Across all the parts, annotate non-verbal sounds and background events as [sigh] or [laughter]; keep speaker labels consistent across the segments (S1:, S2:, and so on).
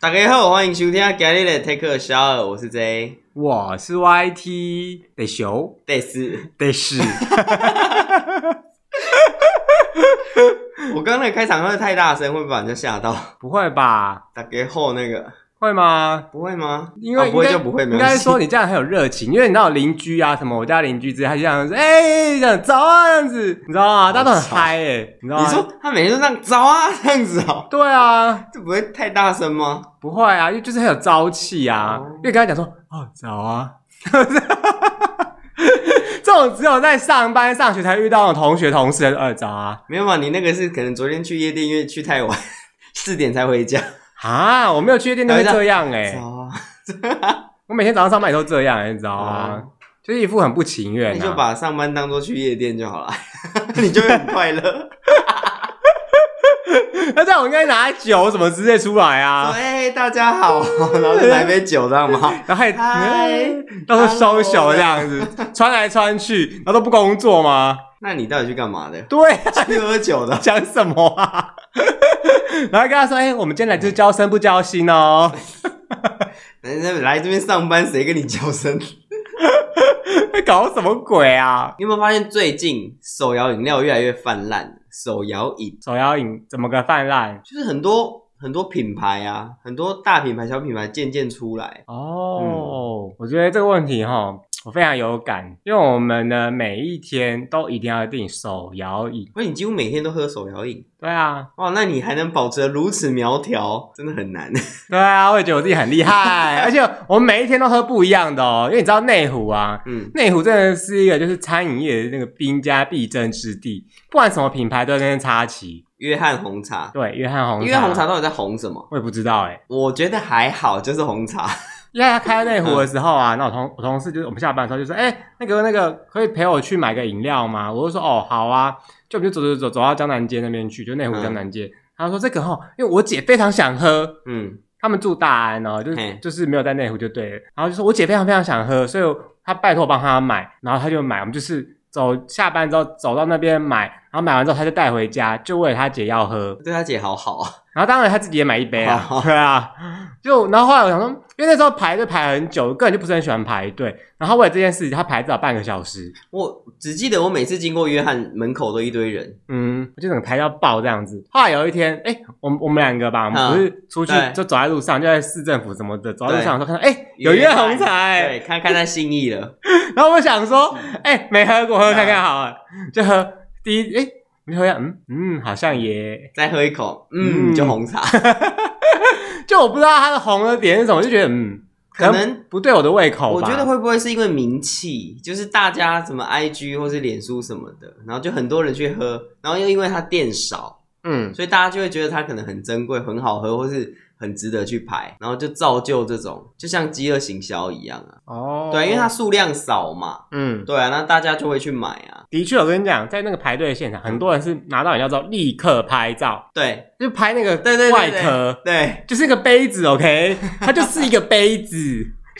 S1: 大家好，欢迎收听今日的 Take a Shower，我是 J，
S2: 我是 YT 得熊
S1: 第四。
S2: 得是，
S1: 我刚刚那个开场会太大声，会不会把人家吓到？
S2: 不会吧？
S1: 大家好，那个
S2: 会吗？
S1: 不会吗？
S2: 因为
S1: 哦不会
S2: 应该
S1: 就不会，没
S2: 应
S1: 关
S2: [laughs] 该
S1: 系。
S2: 说你这样很有热情，因为你知道邻居啊什么，我家邻居之类，他就这样说，哎、这样走啊这样子，你知道吗？大家都很
S1: 好吵
S2: 嗨哎、你知道吗？
S1: [laughs] 你说他每天都这样招啊，这样子哦，
S2: 对啊，
S1: 这不会太大声吗？
S2: 不会啊，因为就是很有朝气啊。
S1: 哦
S2: 因为跟他讲说，哦，早啊， [laughs] 这种只有在上班上学才遇到的同学同事，呃，早啊
S1: 没有嘛，你那个是可能昨天去夜店，因为去太晚， [laughs] 四点才回家。
S2: 啊，我没有去夜店都会这样哎、
S1: 早啊，
S2: 我每天早上上班也都这样、你知道吗
S1: 哦？
S2: 就是一副很不情愿、啊。
S1: 那你就把上班当做去夜店就好了， [laughs] 你就会很快乐。
S2: 那这样我应该拿酒什么之类出来
S1: 说
S2: [laughs] 啊，
S1: 哎、大家好， [laughs] 然后就来杯酒，知道
S2: [laughs]
S1: 吗？
S2: 然后还嗯
S1: 嗨
S2: 到时候收手这样子，穿来穿去，然后都不工作吗？
S1: 那你到底去干嘛的？
S2: 对、啊
S1: 去喝酒的。
S2: 讲什么啊？ [laughs] 然后跟他说：“哎、我们今天来就是交身不交心哦。 [laughs]
S1: 人家哎来这边上班，谁跟你交生？ [laughs] 你”
S2: 搞什么鬼啊？
S1: 有没有发现最近手摇饮料越来越泛滥？手摇饮
S2: 手摇饮怎么个泛滥？
S1: 就是很多很多品牌啊，很多大品牌、小品牌渐渐出来。
S2: 哦，我觉得这个问题哈，我非常有感，因为我们呢每一天都一定要订手摇饮。
S1: 不是你几乎每天都喝手摇饮，
S2: 对啊，
S1: 哇，那你还能保持得如此苗条，真的很难。 [laughs]
S2: 对啊，我也觉得我自己很厉害，而且我们每一天都喝不一样的哦，因为你知道内湖啊，
S1: 嗯，
S2: 内湖真的是一个就是餐饮业的那个兵家必争之地，不管什么品牌都在那边插旗。
S1: 约翰红茶，
S2: 对，约翰红茶，
S1: 约翰红茶到底在红什么？
S2: 我也不知道哎、
S1: 我觉得还好，就是红茶。
S2: 因为他开内湖的时
S1: [laughs]
S2: 候啊，那我同我同事就是我们下班的时候就说，哎、那个那个可以陪我去买个饮料吗？我就说哦好啊，就我们就走走走走到江南街那边去，就内湖江南街。他说这个哈，因为我姐非常想喝，
S1: 嗯，
S2: 他们住大安哦，就
S1: 嘿
S2: 就是没有在内湖就对了。然后就说我姐非常非常想喝，所以她拜托我帮她买，然后她就买。我们就是走下班之后走到那边买，然后买完之后她就带回家，就为了她姐要喝。
S1: 对他姐好好啊。
S2: 然后当然她自己也买一杯啊
S1: 好，
S2: 对啊。就然后后来我想说，因为那时候排队排很久，我个人就不是很喜欢排队。然后为了这件事情，她排至少半个小时，
S1: 我只记得我每次经过约翰门口都一堆人，
S2: 嗯，我就整个排到爆这样子。后来有一天，哎、我们我们两个吧，我
S1: 嗯
S2: 们不是出去
S1: 对
S2: 就走在路上，就在市政府什么的，走在路上的时候看到，哎、有
S1: 约
S2: 约
S1: 翰
S2: 红茶、哎
S1: 对，看看他心意了。
S2: 然后我想说，哎、没喝过，
S1: 啊
S2: 喝看看好了，就喝第一，哎、没喝一下，嗯嗯，好像也，
S1: 再喝一口，嗯，
S2: 嗯
S1: 就红茶。
S2: 就我不知道它的红的点是什么，就觉得嗯，
S1: 可能
S2: 不对我的胃口
S1: 我
S2: 吧。
S1: 觉得会不会是因为名气，就是大家什么 IG 或是脸书什么的，然后就很多人去喝，然后又因为它店少，
S2: 嗯，
S1: 所以大家就会觉得它可能很珍贵、很好喝，或是很值得去排，然后就造就这种，就像饥饿行销一样啊。
S2: 哦
S1: 对，因为它，数量少嘛，
S2: 嗯，
S1: 对啊，那大家就会去买啊。
S2: 的确，我跟你讲，在那个排队的现场，很多人是拿到饮料之后立刻拍照，
S1: 对，
S2: 就拍那个
S1: 对对对
S2: 外壳，
S1: 对，
S2: 就是那个杯子，OK，它 [laughs] 就是一个杯子，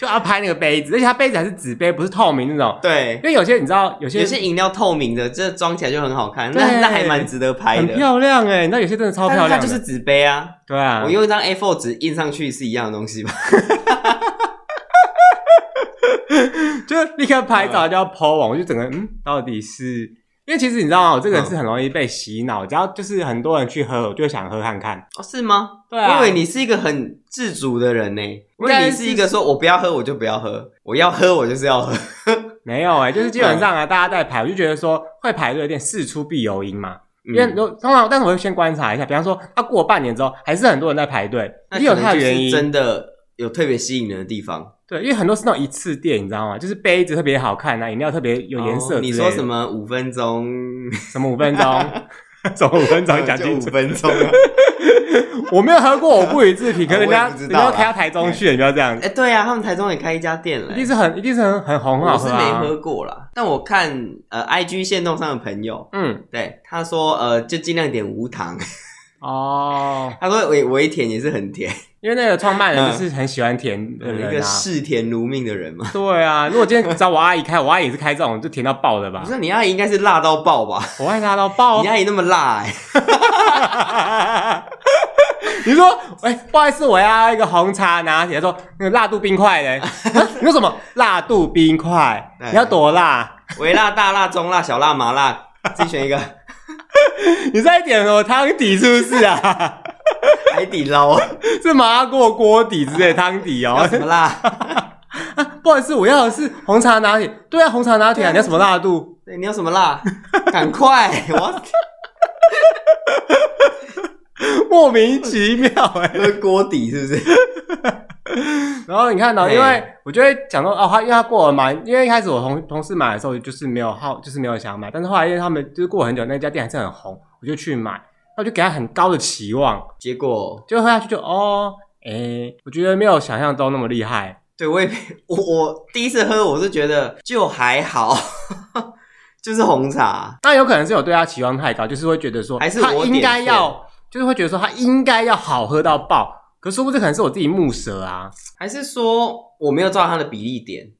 S2: 就要拍那个杯子，而且它杯子还是纸杯，不是透明那种。
S1: 对
S2: 因，为有些你知道，有些
S1: 有些饮料透明的，这装起来就很好看，那
S2: 对
S1: 那还蛮值得拍
S2: 很
S1: 的。
S2: 漂亮哎、你知道有些真的超
S1: 但
S2: 漂
S1: 是
S2: 亮
S1: 它
S2: 的，
S1: 就是纸杯啊，
S2: 对啊，
S1: 我用一张 A4 纸印上去是一样的东西吧？
S2: 就是立刻拍
S1: 嗯
S2: 照就要 po 网，我就整个嗯，到底是因为其实你知道吗？我这个
S1: 嗯
S2: 人是很容易被洗脑，只要就是很多人去喝，我就会想喝看看。
S1: 哦，是吗？
S2: 对啊，
S1: 我以为你是一个很自主的人呢、我以
S2: 应
S1: 为
S2: 该
S1: 你
S2: 是
S1: 是一个说我不要喝我就不要喝，我要喝我就是要喝。
S2: 没有哎、就是基
S1: 嗯
S2: 本上啊，大家在排，我就觉得说会排队的店事出必有因嘛。因为
S1: 嗯
S2: 有通常，但是我会先观察一下，比方说，他过半年之后，还是很多人在排队，
S1: 那
S2: 一定有
S1: 可能
S2: 它
S1: 就
S2: 的
S1: 是
S2: 原因。
S1: 真的有特别吸引人的地方。
S2: 对，因为很多是那种一次店，你知道吗？就是杯子特别好看啊，饮料特别有颜色、
S1: 哦你说什？么五分
S2: [laughs]
S1: 钟？
S2: 什么五
S1: [laughs]
S2: 分钟？什么五分钟？你讲
S1: 就
S2: 清
S1: 五
S2: 楚。
S1: 分钟啊。
S2: [laughs] 我没有喝过，我不予置评。可是人
S1: 我
S2: 家
S1: 也不知
S2: 人
S1: 道啦
S2: 家开到台中去，你不要这样
S1: 哎、。对啊，他们台中也开一家店了、
S2: 一定是很一定是很很红很
S1: 我
S2: 好
S1: 是
S2: 喝
S1: 没
S2: 啊。
S1: 喝过啦，但我看呃，IG 线动上的朋友，
S2: 嗯
S1: 对他说呃，就尽量点无糖。 [laughs]
S2: 哦，
S1: 他说我我一甜也是很甜，
S2: 因为那个创办人就是很喜欢甜的
S1: 嗯一
S2: 人
S1: 个
S2: 啊。
S1: 嗜甜如命的人嘛。
S2: 对啊，如果今天找我阿姨开，我阿姨也是开这种就甜到爆的吧
S1: 不。是你阿姨应该是辣到爆吧？
S2: 哦我爱她到爆
S1: 你，阿姨那么辣、欸，
S2: [laughs] 你说，哎、不好意思，我要一个红茶拿铁。他说那个辣度冰块嘞，啊你说什么辣度冰块？
S1: 对
S2: 你要多辣？
S1: 微辣、大辣、中辣、小辣、麻辣，自己选一
S2: [laughs]
S1: 个
S2: 你在点什么汤底是不是啊？
S1: 海底捞，
S2: 是麻辣锅锅底之类的汤底
S1: 要
S2: 哦
S1: 什。么辣？
S2: 啊， [laughs] 不好意思，我要的是红茶拿铁。对啊，红茶拿铁、啊，你要什么辣度？
S1: 对，你要什么辣？赶
S2: [laughs]
S1: 快，我要
S2: 莫名其妙哎、
S1: 喝锅底是不是？
S2: [laughs] 然后你看到、
S1: 嘿
S2: 因为我就会讲说，哦，他因为他过了嘛，因为一开始我同同事买的时候就是没有好，就是没有想买，但是后来因为他们就是过了很久，那家店还是很红，我就去买，那我就给他很高的期望，
S1: 结果，
S2: 就喝下去就哦，哎，我觉得没有想象中那么厉害，
S1: 对我也我我第一次喝，我是觉得就还好， [laughs] 就是红茶。
S2: 那有可能是我对他期望太高，就是会觉得说，
S1: 还是
S2: 他
S1: 我
S2: 应该
S1: 点错
S2: 要，就是会觉得说他应该要好喝到爆，可是不是可能是我自己木舌啊？
S1: 还是说我没有照它的比例点？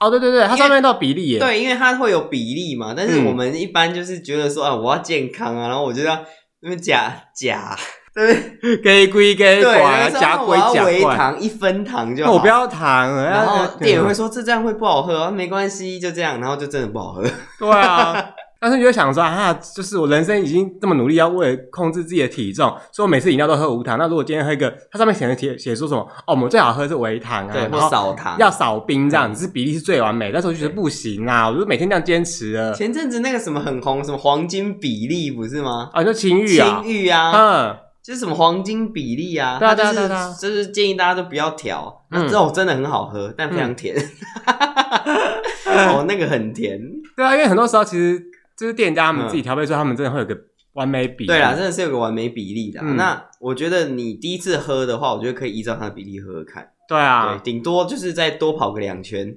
S2: 哦，对对对，它上面到比例耶，
S1: 对，因为它会有比例嘛。但是
S2: 嗯
S1: 我们一般就是觉得说啊，我要健康啊，然后我就要那么假假，对不
S2: 给归给
S1: 对？对，
S2: 管
S1: 然
S2: 啊，
S1: 后说
S2: 夹
S1: 啊我
S2: 龟
S1: 要
S2: 夹
S1: 微
S2: 罐。
S1: 糖一分糖就
S2: 那
S1: 好。
S2: 我不。要糖哎了，
S1: 然
S2: 要
S1: 后店员会说这这样会不好喝，啊没关系，就这样，然后就真的不好喝。
S2: [laughs] 对啊，但是你就会想说啊，就是我人生已经这么努力，要为了控制自己的体重，所以我每次饮料都喝无糖。那如果今天喝一个，它上面写的写写说什么哦，我们最好喝是微糖啊，
S1: 对，嗯
S2: 然
S1: 或
S2: 后
S1: 少糖。
S2: 要少冰这样，子，是比例是最完美。但是我就觉得
S1: 对
S2: 不行啊，我就每天这样坚持了
S1: 前阵子那个什么很红，什么黄金比例不是吗？
S2: 啊，你说情欲啊
S1: 青，玉啊，
S2: 嗯，
S1: 就是什么黄金比例啊，
S2: 对啊
S1: 它就是
S2: 对啊对啊
S1: 就是建议大家都不要调。
S2: 嗯
S1: 那之后真的很好喝，但非常甜。 [laughs] 哦，那个很甜。
S2: 对啊，因为很多时候其实就是店家他们自己调配出来，他们真的会有个完美比例。
S1: 嗯对啦，真的是有个完美比例的啊。
S2: 嗯
S1: 那我觉得你第一次喝的话，我觉得可以依照它的比例喝喝看。
S2: 对
S1: 对，
S2: 啊，
S1: 顶多就是再多跑个两圈。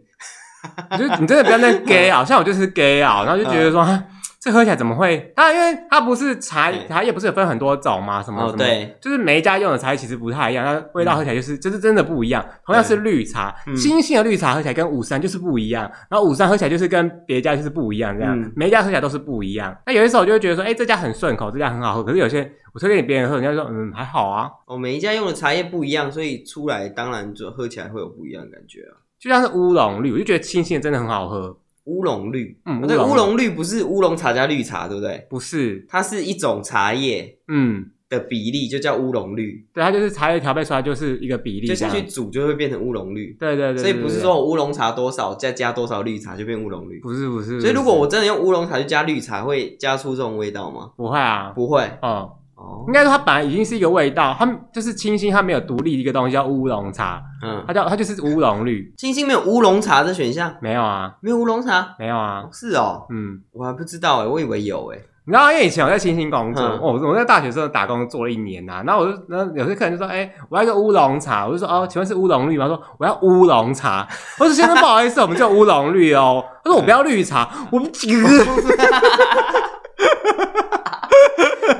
S2: 你就你真的不要那
S1: [laughs]
S2: gay 啊，像我就是 gay 啊，然后就觉
S1: 嗯
S2: 得说。啊这喝起来怎么会？啊，因为它不是茶
S1: 嗯，
S2: 茶叶不是有分很多种吗？什么
S1: 哦
S2: 什么？
S1: 对，
S2: 就是每一家用的茶叶其实不太一样，它味道喝起来就是、就是真的不一样。同样是绿茶，
S1: 嗯
S2: 新鲜的绿茶喝起来跟五三就是不一样，然后五三喝起来就是跟别家就是不一样，这样、
S1: 嗯
S2: 每一家喝起来都是不一样。那有些时候我就会觉得说，哎、这家很顺口，这家很好喝，可是有些我推给别人喝，人家就说嗯还好啊，
S1: 哦，每一家用的茶叶不一样，所以出来当然就喝起来会有不一样的感觉啊。
S2: 就像是乌龙绿，我就觉得新鲜的真的很好喝，
S1: 乌龙绿，
S2: 嗯
S1: 哦对，
S2: 乌龙
S1: 乌龙绿不是乌龙茶加绿茶，对不对？
S2: 不是？
S1: 它是一种茶叶
S2: 嗯，
S1: 的比例，就叫乌龙绿，
S2: 对，它就是茶叶调配出来就是一个比例
S1: 就
S2: 这
S1: 下
S2: 样，
S1: 去煮就会变成乌龙绿。
S2: 对对对
S1: 所
S2: 对
S1: 以不是
S2: 对
S1: 说我乌龙茶多少再加多少绿茶就变乌龙绿。
S2: 不是不是，
S1: 所以如果
S2: 不
S1: 我
S2: 是
S1: 真的用乌龙茶去加绿茶，会加出这种味道吗？
S2: 不会啊，
S1: 不会
S2: 哦。
S1: 哦
S2: 应，该说它本来已经是一个味道，它就是清新，它没有独立一个东西叫乌龙茶，
S1: 嗯
S2: 它，叫它就是乌龙绿，
S1: 清新没有乌龙茶的选项，
S2: 没有啊，
S1: 没有乌龙茶，
S2: 没有啊
S1: 哦，是哦，
S2: 嗯，
S1: 我还不知道哎，我以为有哎，
S2: 你知道，因为以前我在清新工作，
S1: 嗯
S2: 我、我在大学时候打工做了一年呐、啊，然后我就然后有些客人就说，哎、我要一个乌龙茶，我就说哦，请问是乌龙绿吗？他说我要乌龙茶，我说先生不好意思，我们叫乌龙绿哦，他说我不 [laughs] 要绿茶，我们几个
S1: [laughs]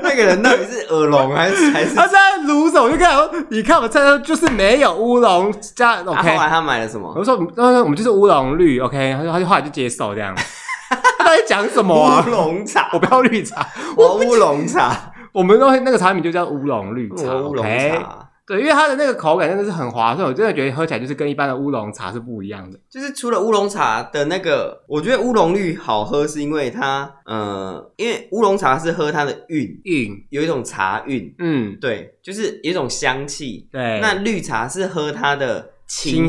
S1: 那个人到底是耳聋还是还是？
S2: 他在卤着，我就跟他说，你看我们菜单就是没有乌龙加
S1: 啊
S2: OK，、
S1: 后来他买了什
S2: 我
S1: 么？
S2: 就说，嗯嗯，我们就是乌龙绿，OK。他说，他就后来就接受这样。 [laughs] 他到底讲什么啊
S1: 乌？龙茶
S2: 我，不要绿茶，
S1: 我乌龙茶，
S2: 我们都那个产品就叫乌龙绿茶
S1: 哦我乌龙
S2: ，OK。
S1: 茶。
S2: 对，因为它的那个口感真的是很滑顺，我真的觉得喝起来就是跟一般的乌龙茶是不一样的。
S1: 就是除了乌龙茶的那个，我觉得乌龙绿好喝，是因为它，呃，因为乌龙茶是喝它的韵，
S2: 韵，
S1: 有一种茶韵，
S2: 嗯，
S1: 对，就是有一种香气。
S2: 对，
S1: 那绿茶是喝它的
S2: 清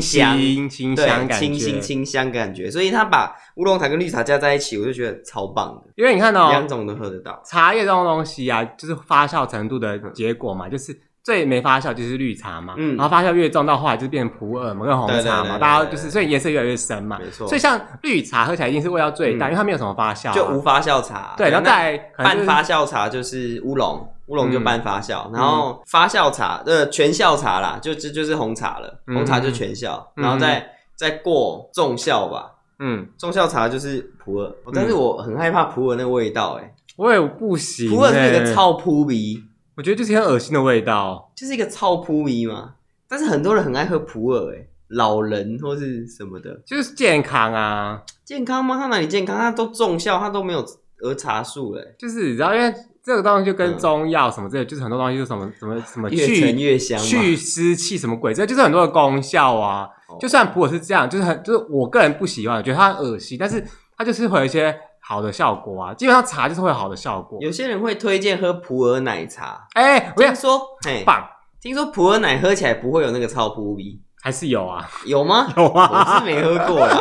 S1: 清香，
S2: 新清
S1: 对
S2: 香，感
S1: 清新
S2: 觉。
S1: 清香感觉。所以他把乌龙茶跟绿茶加在一起，我就觉得超棒的，
S2: 因为你看
S1: 两
S2: 哦，
S1: 种都喝得到。
S2: 茶叶这种东西啊，就是发酵程度的结果嘛，就是。最没发酵就是绿茶嘛，
S1: 嗯
S2: 然后发酵越重，到后来就变普洱嘛，跟红
S1: 对对
S2: 茶
S1: 对
S2: 嘛，
S1: 对
S2: 大家
S1: 对
S2: 就是
S1: 对
S2: 所以颜色越来越深嘛，
S1: 没错，
S2: 所以像绿茶喝起来一定是味道最大，
S1: 嗯
S2: 因为它没有什么发酵啊、
S1: 就无发酵茶，
S2: 对，然后
S1: 那
S2: 再来可能就
S1: 半
S2: 是
S1: 发酵茶就是乌龙，乌龙就半发酵，
S2: 嗯
S1: 然后发酵茶呃全酵茶啦，就这就是红茶了，
S2: 嗯
S1: 红茶就全酵，
S2: 嗯
S1: 然后再再过重酵吧，
S2: 嗯，
S1: 重酵茶就是普洱，哦但是我很害怕普洱那个味道、欸，哎、
S2: 我也不行、欸。
S1: 普洱是一个，超扑鼻，
S2: 我觉得就是很恶心的味道。
S1: 就是一个超扑鼻嘛，但是很多人很爱喝普洱、欸，哎，老人或是什么的，
S2: 就是健康啊，
S1: 健康吗？他哪里健康？他都重效，他都没有儿茶素欸嘞，
S2: 就是你知道，因为这个东西就跟中药什么之类，就是很多东西就是什么什么什么
S1: 越陈
S2: 呃去
S1: 越香嘛。
S2: 去湿气什么鬼，这就是很多的功效啊。
S1: 哦
S2: 就算普洱是这样，就是很就是我个人不喜欢，我觉得它很恶心，但是它就是会有一些好的效果啊。基本上茶就是会有好的效果。
S1: 有些人会推荐喝普洱奶茶，
S2: 哎、我跟
S1: 听
S2: 你
S1: 说，哎
S2: 说，棒，
S1: 听说普洱奶喝起来不会有那个超扑鼻，
S2: 还是有啊，
S1: 有吗？
S2: [laughs] 有
S1: 我
S2: 啊
S1: 是，没喝过
S2: [laughs]
S1: 啦，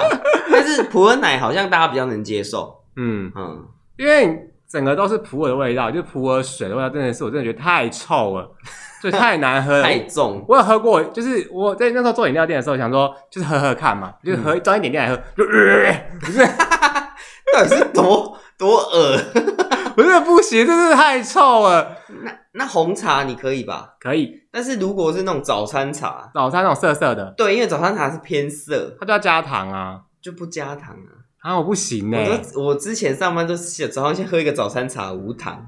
S1: 但是普洱奶好像大家比较能接受，
S2: 嗯，
S1: 嗯，
S2: 因为整个都是普洱的味道，就普洱水的味道，真的是我真的觉得太臭了，所以太难喝了。
S1: 太重，
S2: 我有喝过，就是我在那时候做饮料店的时候，想说就是喝喝看嘛，就是
S1: 嗯
S2: 喝装一点点来喝，就、呃、不是
S1: 到底是多多恶？ [laughs]
S2: 不是不行，真是太臭了。
S1: 那那红茶你可以吧？
S2: 可以，
S1: 但是如果是那种早餐茶，
S2: 早餐那种涩涩的，
S1: 对，因为早餐茶是偏涩，
S2: 它就要加糖啊，
S1: 就不加糖啊。
S2: 啊我不行呢、
S1: 我都我之前上班都是早上先喝一个早餐茶无糖，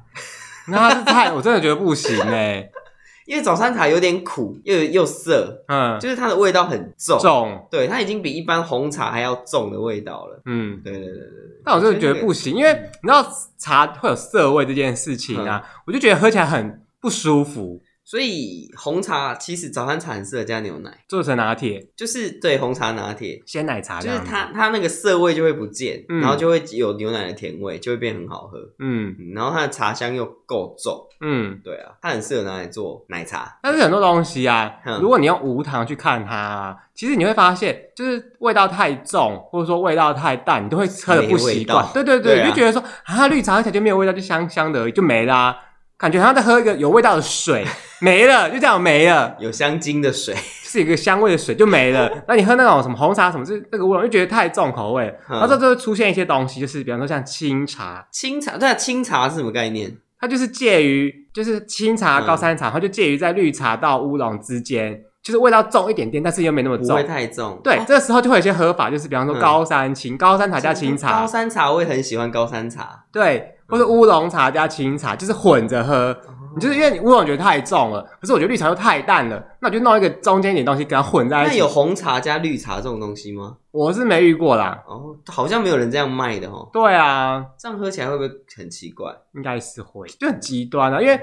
S2: 那它是太，我真的觉得不行欸呢、
S1: 因为早餐茶有点苦又又涩，
S2: 嗯，
S1: 就是它的味道很重，
S2: 重，
S1: 对，它已经比一般红茶还要重的味道了。
S2: 嗯，
S1: 对对对对对，
S2: 但我真的觉得不行，因为你知道茶会有涩味这件事情啊，
S1: 嗯
S2: 我就觉得喝起来很不舒服。
S1: 所以红茶其实早餐茶很适合加牛奶，
S2: 做成拿铁、
S1: 就是对红茶拿铁，
S2: 鲜奶茶这
S1: 就是
S2: 样子，
S1: 它它那个涩味就会不见，
S2: 嗯
S1: 然后就会有牛奶的甜味，就会变很好喝。
S2: 嗯
S1: 嗯然后它的茶香又够重，
S2: 嗯。
S1: 对啊，它很适合拿来做奶茶。
S2: 但是很多东西啊
S1: 嗯，
S2: 如果你用无糖去看它、啊，其实你会发现，就是味道太重，或者说味道太淡，你都会喝的不习
S1: 没味
S2: 惯
S1: 道。
S2: 对对对，
S1: 对啊
S2: 你就觉得说啊，绿茶喝起来就没有味道，就香香的而已，就没啦、感觉好像在喝一个有味道的水，没了，就这样没了，
S1: 有香精的
S2: [laughs]
S1: 水，
S2: 是一个香味的水就
S1: [laughs]
S2: 没了。那你喝那种什么红茶什么，是那个味道，就觉得太重口味了。
S1: 嗯
S2: 然后这就会出现一些东西，就是比方说像清茶，
S1: 清茶对啊，清茶是什么概念？
S2: 它就是介于就是清茶、
S1: 嗯
S2: 高山茶，它就介于在绿茶到乌龙之间，就是味道重一点点，但是又没那么
S1: 不会
S2: 重。
S1: 太重。
S2: 对，
S1: 哦
S2: 这时候就会有一些喝法，就是比方说
S1: 嗯
S2: 高山清、高山茶加清
S1: 高
S2: 茶，
S1: 山茶我也很喜欢高山茶，
S2: 对，或者乌龙茶加清茶，就是混着喝。
S1: 哦
S2: 你就是因为你乌龙觉得太重了，可是我觉得绿茶又太淡了，那我就弄一个中间一点东西给它混在一
S1: 那
S2: 起
S1: 有。红茶加绿茶这种东西吗？
S2: 我是没遇过啦。
S1: 哦，好像没有人这样卖的哦，
S2: 对啊，
S1: 这样喝起来会不会很奇怪？
S2: 应该是会，就很极端啊。因为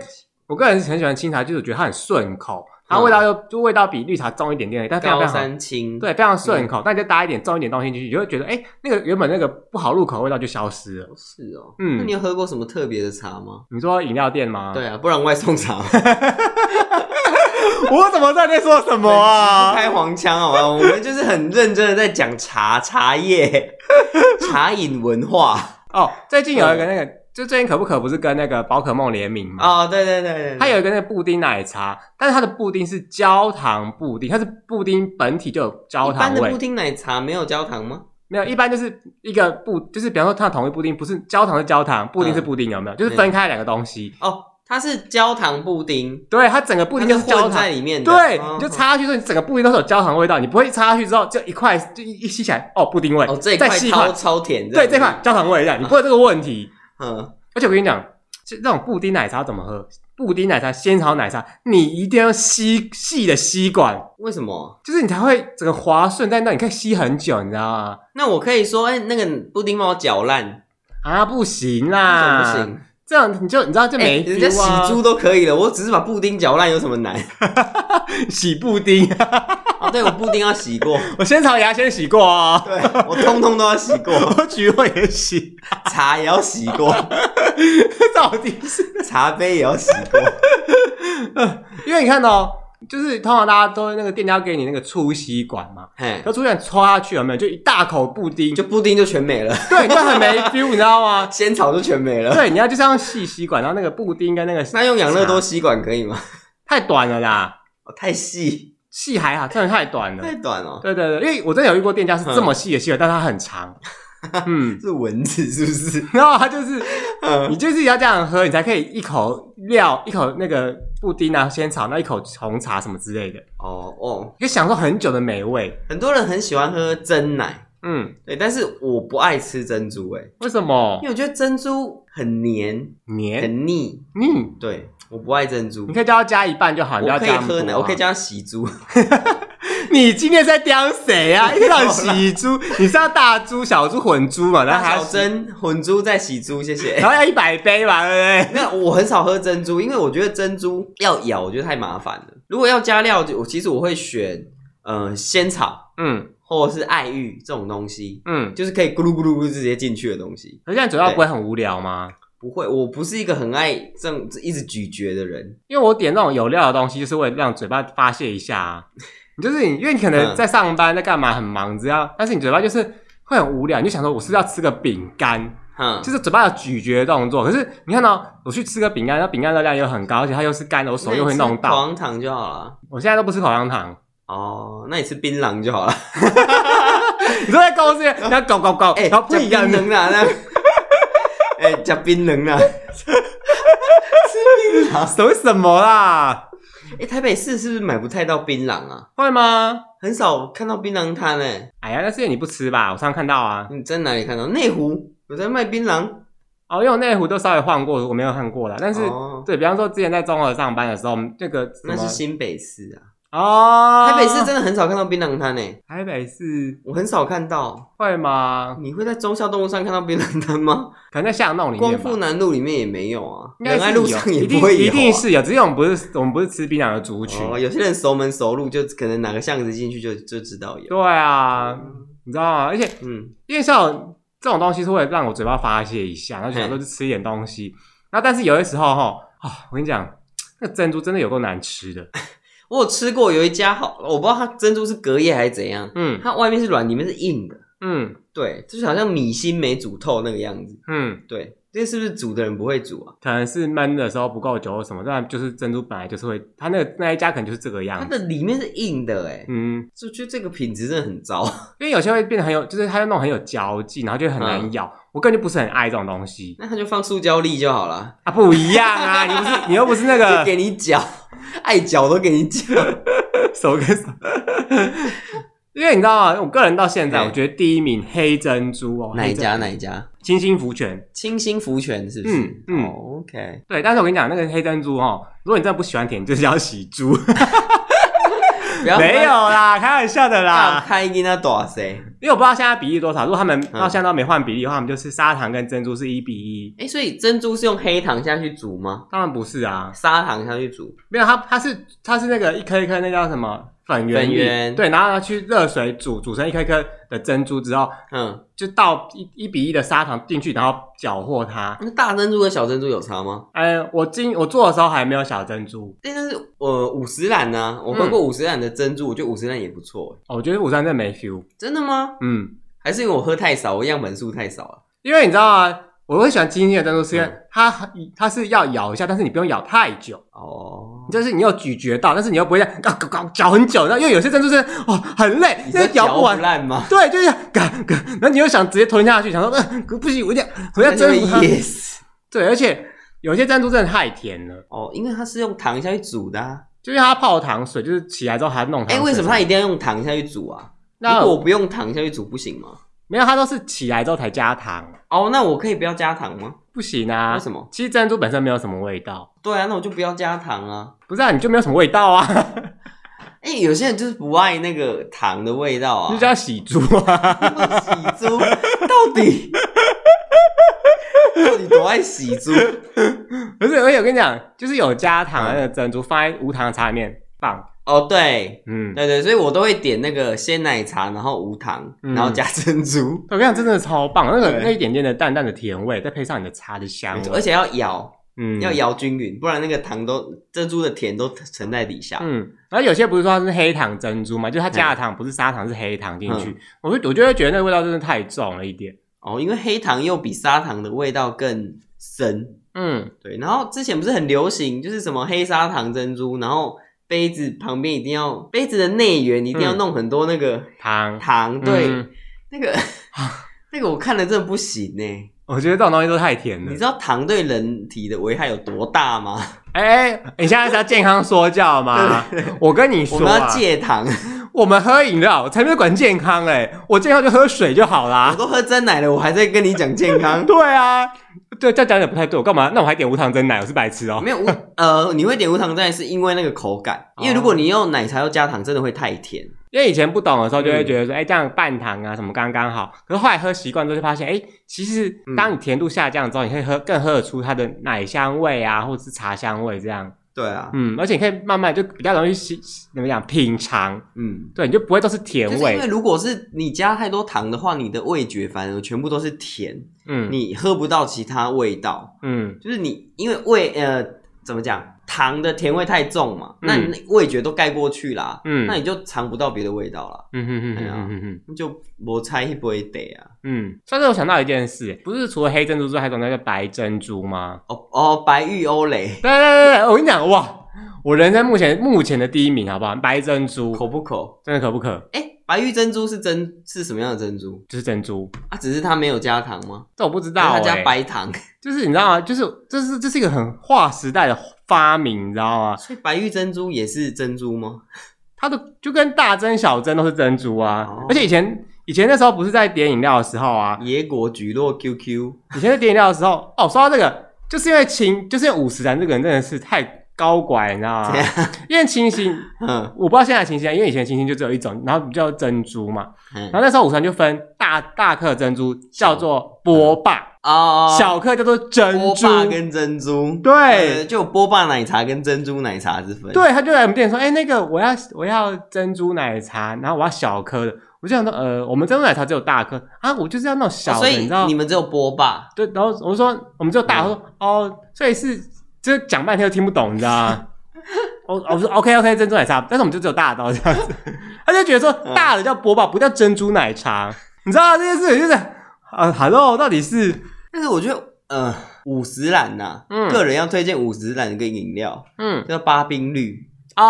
S2: 我个人是很喜欢清茶，就是我觉得它很顺口，它味道又、就味道比绿茶重一点点，但非常非
S1: 高
S2: 常好
S1: 山青，
S2: 对，非常顺口。那你就搭一点重一点东西进去，你就会觉得，哎、那个原本那个不好入口的味道就消失了。
S1: 哦，是哦。
S2: 嗯
S1: 那你有喝过什么特别的茶吗？
S2: 你说饮料店吗？，
S1: 对啊，不然外送茶
S2: [laughs] 我怎么在那说什么啊？
S1: 开黄腔好吧？我们就是很认真的在讲茶、茶
S2: [laughs]
S1: 叶、茶饮文化
S2: 哦，最近有一个那个，就最近可不可不是跟那个宝可梦联名吗？
S1: 哦，对对对对，
S2: 嗯它有一个那个布丁奶茶，但是它的布丁是焦糖布丁，它是布丁本体就有
S1: 一
S2: 焦
S1: 般
S2: 糖
S1: 的布
S2: 味，
S1: 丁奶茶没有焦糖吗？
S2: 没有一般就是一个布，就是比方说它同一布丁，不是焦糖是焦糖，布丁是
S1: 嗯
S2: 布丁，有没有？就是分开两个东西。
S1: 哦，它是焦糖布丁，
S2: 对，它整个布丁
S1: 它
S2: 就是是焦
S1: 混
S2: 糖
S1: 在，里面的，
S2: 对，
S1: 哦
S2: 你就插下去之后，你整个布丁都是有焦糖味道，你不会插下去之后就一块就一一吸起来，哦，布丁味，
S1: 哦，这一
S2: 再
S1: 块
S2: 吸一
S1: 超
S2: 块，
S1: 超甜，
S2: 对，
S1: 样
S2: 这块焦糖味这样，你不会有这个问题。
S1: 嗯，
S2: 而且我跟你讲，这这种布丁奶茶怎么喝？布丁奶茶、仙草奶茶，你一定要吸细的吸管，
S1: 为什么？
S2: 就是你才会整个滑顺，但那你可以吸很久，你知道吗？
S1: 那我可以说，哎，那个布丁帮我搅烂，
S2: 啊，不行
S1: 为
S2: 啦，
S1: 什么不行？
S2: 这样你就你知啊道这
S1: 哎
S2: 没、啊
S1: 人家洗猪，都可以了，我只是把布丁搅烂有什么难？
S2: 洗布丁，啊
S1: 哦，对，我布丁要洗过，
S2: [laughs] 我仙草牙先洗过啊、
S1: [laughs] 对我通通都要洗过，
S2: 我菊花也洗， [laughs]
S1: 茶也要洗过，
S2: 到底是。
S1: 茶杯也要洗过。
S2: 因为你看到、就是通常大家都那个店家给你那个粗吸管嘛，
S1: 嘿，
S2: 可粗吸管戳下去有没有？就一大口布丁，
S1: 就布丁就全没了，
S2: 对，就很没 feel，你知道
S1: [laughs]
S2: 吗？
S1: 仙草就全没了。
S2: 对，你要就是要用细吸管，然后那个布丁跟那个
S1: 那用养乐多吸管可以吗？
S2: 太短了啦，
S1: 哦、太细
S2: 细还好，真的太短了。
S1: 太短哦，
S2: 对对对，因为我真的有遇过店家是这
S1: 嗯
S2: 么细的吸管，但它很长，嗯，
S1: [laughs] 是蚊子是不是？
S2: [laughs] 然后它就是你
S1: 嗯，
S2: 就是要这样喝，你才可以一口料，一口那个布丁啊、仙草，那一口红茶什么之类的，
S1: 哦哦，
S2: 你可以享受很久的美味。
S1: 很多人很喜欢喝真奶，
S2: 嗯，
S1: 对，但是我不爱吃珍珠、欸，
S2: 为什么
S1: 因？为我觉得珍珠很黏，
S2: 黏
S1: 很腻，
S2: 嗯，
S1: 对，我不爱珍珠
S2: 你。可以叫他加一半就好，你
S1: 我
S2: 不要
S1: 可
S2: 加
S1: 以
S2: 那么多
S1: 喝奶，我可以叫
S2: 加
S1: 它洗猪，
S2: 你今天在刁
S1: [laughs]
S2: 谁啊？一天到晚洗猪，你是要大猪、小猪、混猪嘛？然后还
S1: 大
S2: 要
S1: 小珍混珠再洗珠，谢谢。
S2: 然后要一百杯嘛，对
S1: [laughs]
S2: 不对？
S1: 没有，我很少喝珍珠，因为我觉得珍珠要咬，我觉得太麻烦了。如果要加料，就我其实我会选呃仙草
S2: 嗯
S1: 或者是爱玉这种东西，
S2: 嗯，
S1: 就是可以咕噜咕噜咕噜直接进去的东西。
S2: 可是这样主要不会很无聊吗？
S1: 不会，我不是一个很爱这种一直咀嚼的人。
S2: 因为我点那种有料的东西，就是为了让嘴巴发泄一下、啊。 [laughs] 你就是你，因为你可能
S1: 嗯
S2: 在上班、在干嘛，很忙，只要啊但是你嘴巴就是会很无聊，你就想说，我是不是要吃个饼
S1: 嗯
S2: 干，
S1: 哼，
S2: 就是嘴巴有咀嚼的动作。可是你看到我去吃个饼干，那饼干热量又很高，而且它又是干的，我手又会弄
S1: 那你吃口
S2: 到。
S1: 香糖就好了。
S2: 我现在都不吃口香糖，
S1: 哦，那你吃槟榔就
S2: [laughs]
S1: 好了。
S2: 你说在公司，然后搞搞搞，
S1: 哎、欸，
S2: 然后不一样的
S1: 槟榔啦，
S2: [laughs]
S1: 那哎，吃槟榔啦。
S2: 什么什么啦？
S1: 哎、台北市是不是买不太到槟榔啊？
S2: 会吗？
S1: 很少看到槟榔摊哎、
S2: 哎呀，那是因为你不吃吧？我常常看到啊。
S1: 你在哪里看到？内湖有在卖槟榔，
S2: 哦，因为我内湖都稍微晃过，我没有看过啦。但是、
S1: 哦
S2: 对比方说，之前在中和上班的时候，我们那个什
S1: 那
S2: 么
S1: 是新北市啊。
S2: 哦，
S1: 台北市真的很少看到槟榔摊哎、
S2: 台北市
S1: 我很少看到。
S2: 会吗？
S1: 你会在忠孝东路上看到槟榔摊吗？
S2: 可能在巷弄里
S1: 光
S2: 面吧
S1: 复。南路里面也没有啊，
S2: 应该
S1: 仁
S2: 是
S1: 爱
S2: 有
S1: 路上也
S2: 一定
S1: 不会有啊、
S2: 一定是有，只是我们不是我们不是吃槟榔的族群。
S1: 哦，有些人熟门熟路，就可能哪个巷子进去就就知道有。
S2: 对啊，你知道吗？而且
S1: 嗯，
S2: 因为像这种东西是会让我嘴巴发泄一下，然后想说就吃一点东西。然后但是有些时候哈啊、我跟你讲，那个珍珠真的有够难吃的。
S1: 我有吃过有一家好，我不知道它珍珠是隔夜还是怎样，
S2: 嗯
S1: 它外面是软，里面是硬的。
S2: 嗯
S1: 对，就是好像米心没煮透那个样子。
S2: 嗯，
S1: 对，这是不是煮的人不会煮啊？
S2: 可能是焖的时候不够久或什么，但就是珍珠本来就是会，它那个那一家可能就是这个
S1: 它
S2: 样子。
S1: 的里面是硬的哎、
S2: 嗯，
S1: 就觉得这个品质真的很糟。 [laughs]
S2: 因为有些会变得很有，就是它就那种很有嚼劲，然后就很
S1: 嗯
S2: 难咬。我根本就不是很爱这种东西
S1: 那他就放塑胶粒就好了，
S2: 啊，不一
S1: [laughs]
S2: 样啊！你不是你又不是那
S1: 就
S2: 个
S1: 给你搅， [laughs] 爱搅都给你 [laughs] 搅。
S2: [laughs] 手跟手， [laughs] 因为你知道吗？我个人到现在，
S1: 哎
S2: 我觉得第一名黑珍珠哦，
S1: 哪一家
S2: 黑珍
S1: 哪一家？
S2: 清新福泉。
S1: 清新福泉是不是？
S2: 嗯嗯
S1: 哦，OK。
S2: 对，但是我跟你讲，那个黑珍珠哦，如果你真的不喜欢甜，就是要洗
S1: [laughs]
S2: 猪。
S1: 不要
S2: 没有啦， [laughs] 开玩笑的
S1: 大
S2: 啦。
S1: 开给他多少谁？
S2: 因为我不知道现在比例多少，如果他们到现在都没换比例的话，他们就是砂糖跟珍珠是一比一。
S1: 哎、所以珍珠是用黑糖下去煮吗？
S2: 当然不是啊，
S1: 砂糖下去煮？
S2: 没有，它它是它是那个一颗一颗那叫什么粉圆
S1: 粉圆
S2: 对，然后呢去热水煮煮成一颗一颗的珍珠之后，
S1: 嗯，
S2: 就倒一一比一的砂糖进去，然后搅和它。
S1: 那大珍珠跟小珍珠有差吗？
S2: 呃，我今我做的时候还没有小珍珠，
S1: 但是呃，五十岚呢、我喝过五十岚的珍珠，我觉得五十岚也不错、
S2: 哦我觉得五三真的没 feel。
S1: 真的吗？
S2: 嗯，
S1: 还是因为我喝太少，我样本数太少了？
S2: 因为你知道啊，我会喜欢清新的珍珠，是因为
S1: 嗯
S2: 它它是要咬一下，但是你不用咬太久。
S1: 哦，
S2: 就是你有咀嚼到，但是你又不会这样嘎嘎嘎嚼很久，然后因为有些珍珠是哦很累，
S1: 你
S2: 那
S1: 说
S2: 咬
S1: 嚼
S2: 不完
S1: 不，烂吗？
S2: 对，就是嘎嘎，然后你又想直接吞下去，想说，嗯、呃，不行，我一定要，我要
S1: 那
S2: 征
S1: 你
S2: 服
S1: 会
S2: 它。
S1: yes。
S2: 对，而且有些珍珠真的太甜了，
S1: 哦，因为它是用糖下去煮的、啊。
S2: 就是它泡糖水，就是起来之后还弄糖
S1: 哎、
S2: 水。
S1: 为什么它一定要用糖下去煮啊？
S2: 那
S1: 如果我不用糖下去煮不行吗？
S2: 没有？它都是起来之后才加糖，
S1: 哦，那我可以不要加糖吗？
S2: 不行啊？
S1: 为什么？
S2: 其实珍珠本身没有什么味道，
S1: 对啊，那我就不要加糖啊。
S2: 不是啊，你就没有什么味道啊，
S1: 哎、有些人就是不爱那个糖的味道啊。
S2: [laughs] 你就
S1: [laughs]
S2: 叫洗猪啊。
S1: 洗猪到底到底多爱洗猪？
S2: 不是，而且我跟你讲，就是有加糖的那个珍珠放在无糖的茶里面放，
S1: 哦，对
S2: 嗯，
S1: 对对，所以我都会点那个鲜奶茶，然后无糖，
S2: 嗯
S1: 然后加珍珠，
S2: 我跟你讲，真的超棒，那个
S1: 对
S2: 那一点点的淡淡的甜味，再配上你的茶的香味，
S1: 而且要摇，
S2: 嗯
S1: 要摇均匀，不然那个糖都珍珠的甜都沉在底下。
S2: 嗯，然后有些不是说它是黑糖珍珠嘛，就是它加的糖不是砂糖，是黑糖
S1: 嗯
S2: 进去，我就我就会觉得那个味道真的太重了一点。
S1: 哦，因为黑糖又比砂糖的味道更深，
S2: 嗯，
S1: 对，然后之前不是很流行，就是什么黑砂糖珍珠，然后杯子旁边一定要杯子的内缘一定要
S2: 嗯
S1: 弄很多那个
S2: 糖，
S1: 糖，对，
S2: 嗯
S1: [laughs] 那
S2: [laughs]
S1: 个那个我看了真的不行呢、
S2: 我觉得这种东西都太甜了
S1: 你知。道糖对人体的危害有多大吗？
S2: [laughs] 哎哎、你现在是要健康说教吗？我跟你
S1: 我
S2: 说、
S1: 们要
S2: 啊，
S1: 戒糖， [laughs]
S2: 我们喝饮料才没有管健康哎、我健康就喝水就好啦 [laughs]
S1: 我。都喝真奶了，我还在跟你讲健康。
S2: 对啊，对，这样讲也不太对，我干嘛？那我还点无糖真奶，我是白痴哦、
S1: 没
S2: [laughs]
S1: 有无呃，你会点无糖真奶是因为那个口感，因为如果你用奶茶又加糖，真的会太甜。
S2: 因为以前不懂的时候，就会
S1: 嗯
S2: 觉得说，哎、这样半糖啊什么刚刚好。可是后来喝习惯之后，就发现，哎、其实
S1: 嗯
S2: 当你甜度下降之后，你可以喝更喝得出它的奶香味啊，或者是茶香味这样。
S1: 对啊，
S2: 嗯，而且你可以慢慢就比较容易吸，怎么讲品尝，
S1: 嗯，
S2: 对，你就不会都是甜
S1: 就是
S2: 味。
S1: 因为如果是你加太多糖的话，你的味觉反而全部都是甜，
S2: 嗯
S1: 你喝不到其他味道。
S2: 嗯，
S1: 就是你因为味呃怎么讲，糖的甜味太重嘛，
S2: 嗯
S1: 那你那味觉都盖过去啦，
S2: 嗯
S1: 那你就尝不到别的味道啦，
S2: 嗯哼哼
S1: 哎
S2: 哼
S1: 呀
S2: 哼哼哼，
S1: 那就我猜不会得啊。
S2: 嗯。上次我想到一件事，不是除了黑珍珠之外，还有种那个白珍珠吗？
S1: 哦哦，白玉欧蕾
S2: 对对对对，我跟你讲，哇，我人生目前目前的第一名，好不好？白珍珠
S1: 口不口？
S2: 真的可不可？
S1: 哎、白玉珍珠是珍是什么样的珍珠
S2: 就是珍珠，
S1: 啊？只是它没有加糖吗？
S2: 这我不知道、
S1: 它
S2: 欸。
S1: 加白糖， [laughs]
S2: 就是你知道吗？就是这是这是一个很划时代的发明，你知道吗？
S1: 所以白玉珍珠也是珍珠吗？
S2: 它的就跟大珍小珍都是珍珠啊，
S1: 哦
S2: 而且以前以前那时候不是在点饮料的时候啊，
S1: 椰果菊络 QQ
S2: 以前在点饮料的时候，哦，说到这个，就是因为秦，就是因为五十岚这个人真的是太高拐，你知道吗
S1: 怎？样？ [laughs]
S2: 因为清新，
S1: 嗯
S2: 我不知道现在的清新，啊因为以前清新就只有一种，然后叫珍珠嘛，然后
S1: 嗯
S2: 那时候五十岚就分大大颗的珍珠叫做波霸，
S1: 哦，
S2: 小颗叫做珍
S1: 波
S2: 珠，
S1: 霸跟珍珠，
S2: 对
S1: 呃就有波霸奶茶跟珍珠奶茶之分。
S2: 对，他就来我们店说，哎、那个我要我要珍珠奶茶，然后我要小颗的。我就想说，呃，我们珍珠奶茶只有大颗啊，我就是要那种小的，
S1: 哦所以
S2: 你知道
S1: 你？们只有波霸，
S2: 对，然后我就说我们只有大，
S1: 嗯
S2: 他说哦，所以是就是讲半天都听不懂，你知
S1: [laughs]
S2: 道吗？我我说 OK OK 珍珠奶茶，但是我们就只有大的哦这
S1: [laughs]
S2: 样子，他就觉得说大的叫波霸，不叫珍珠奶茶，你知道这件事情就是啊，Hello，到底是
S1: 但是我觉得呃，五十岚呐，
S2: 嗯
S1: 个人要推荐五十岚的一个饮料
S2: 嗯
S1: 叫八冰绿哦，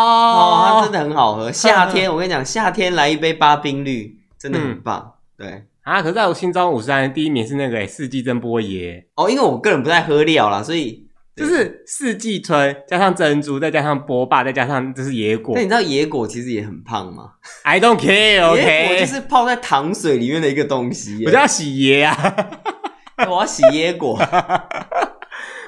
S1: 它
S2: 哦
S1: 真的很好喝。夏天我跟你讲，夏天来一杯八冰绿真的很棒。对
S2: 啊，可是在我心中五十岚第一名是那个诶四季珍波爷。
S1: 哦，因为我个人不太喝料啦，所以对
S2: 就是四季春加上珍珠，再加上波霸，再加上就是野果
S1: 那你知道野果其实也很胖吗？
S2: ，I don't care
S1: 野果
S2: OK，、
S1: 就是泡在糖水里面的一个东西耶。
S2: 我就要洗野啊！
S1: 我要洗野
S2: [laughs]
S1: 果， [laughs]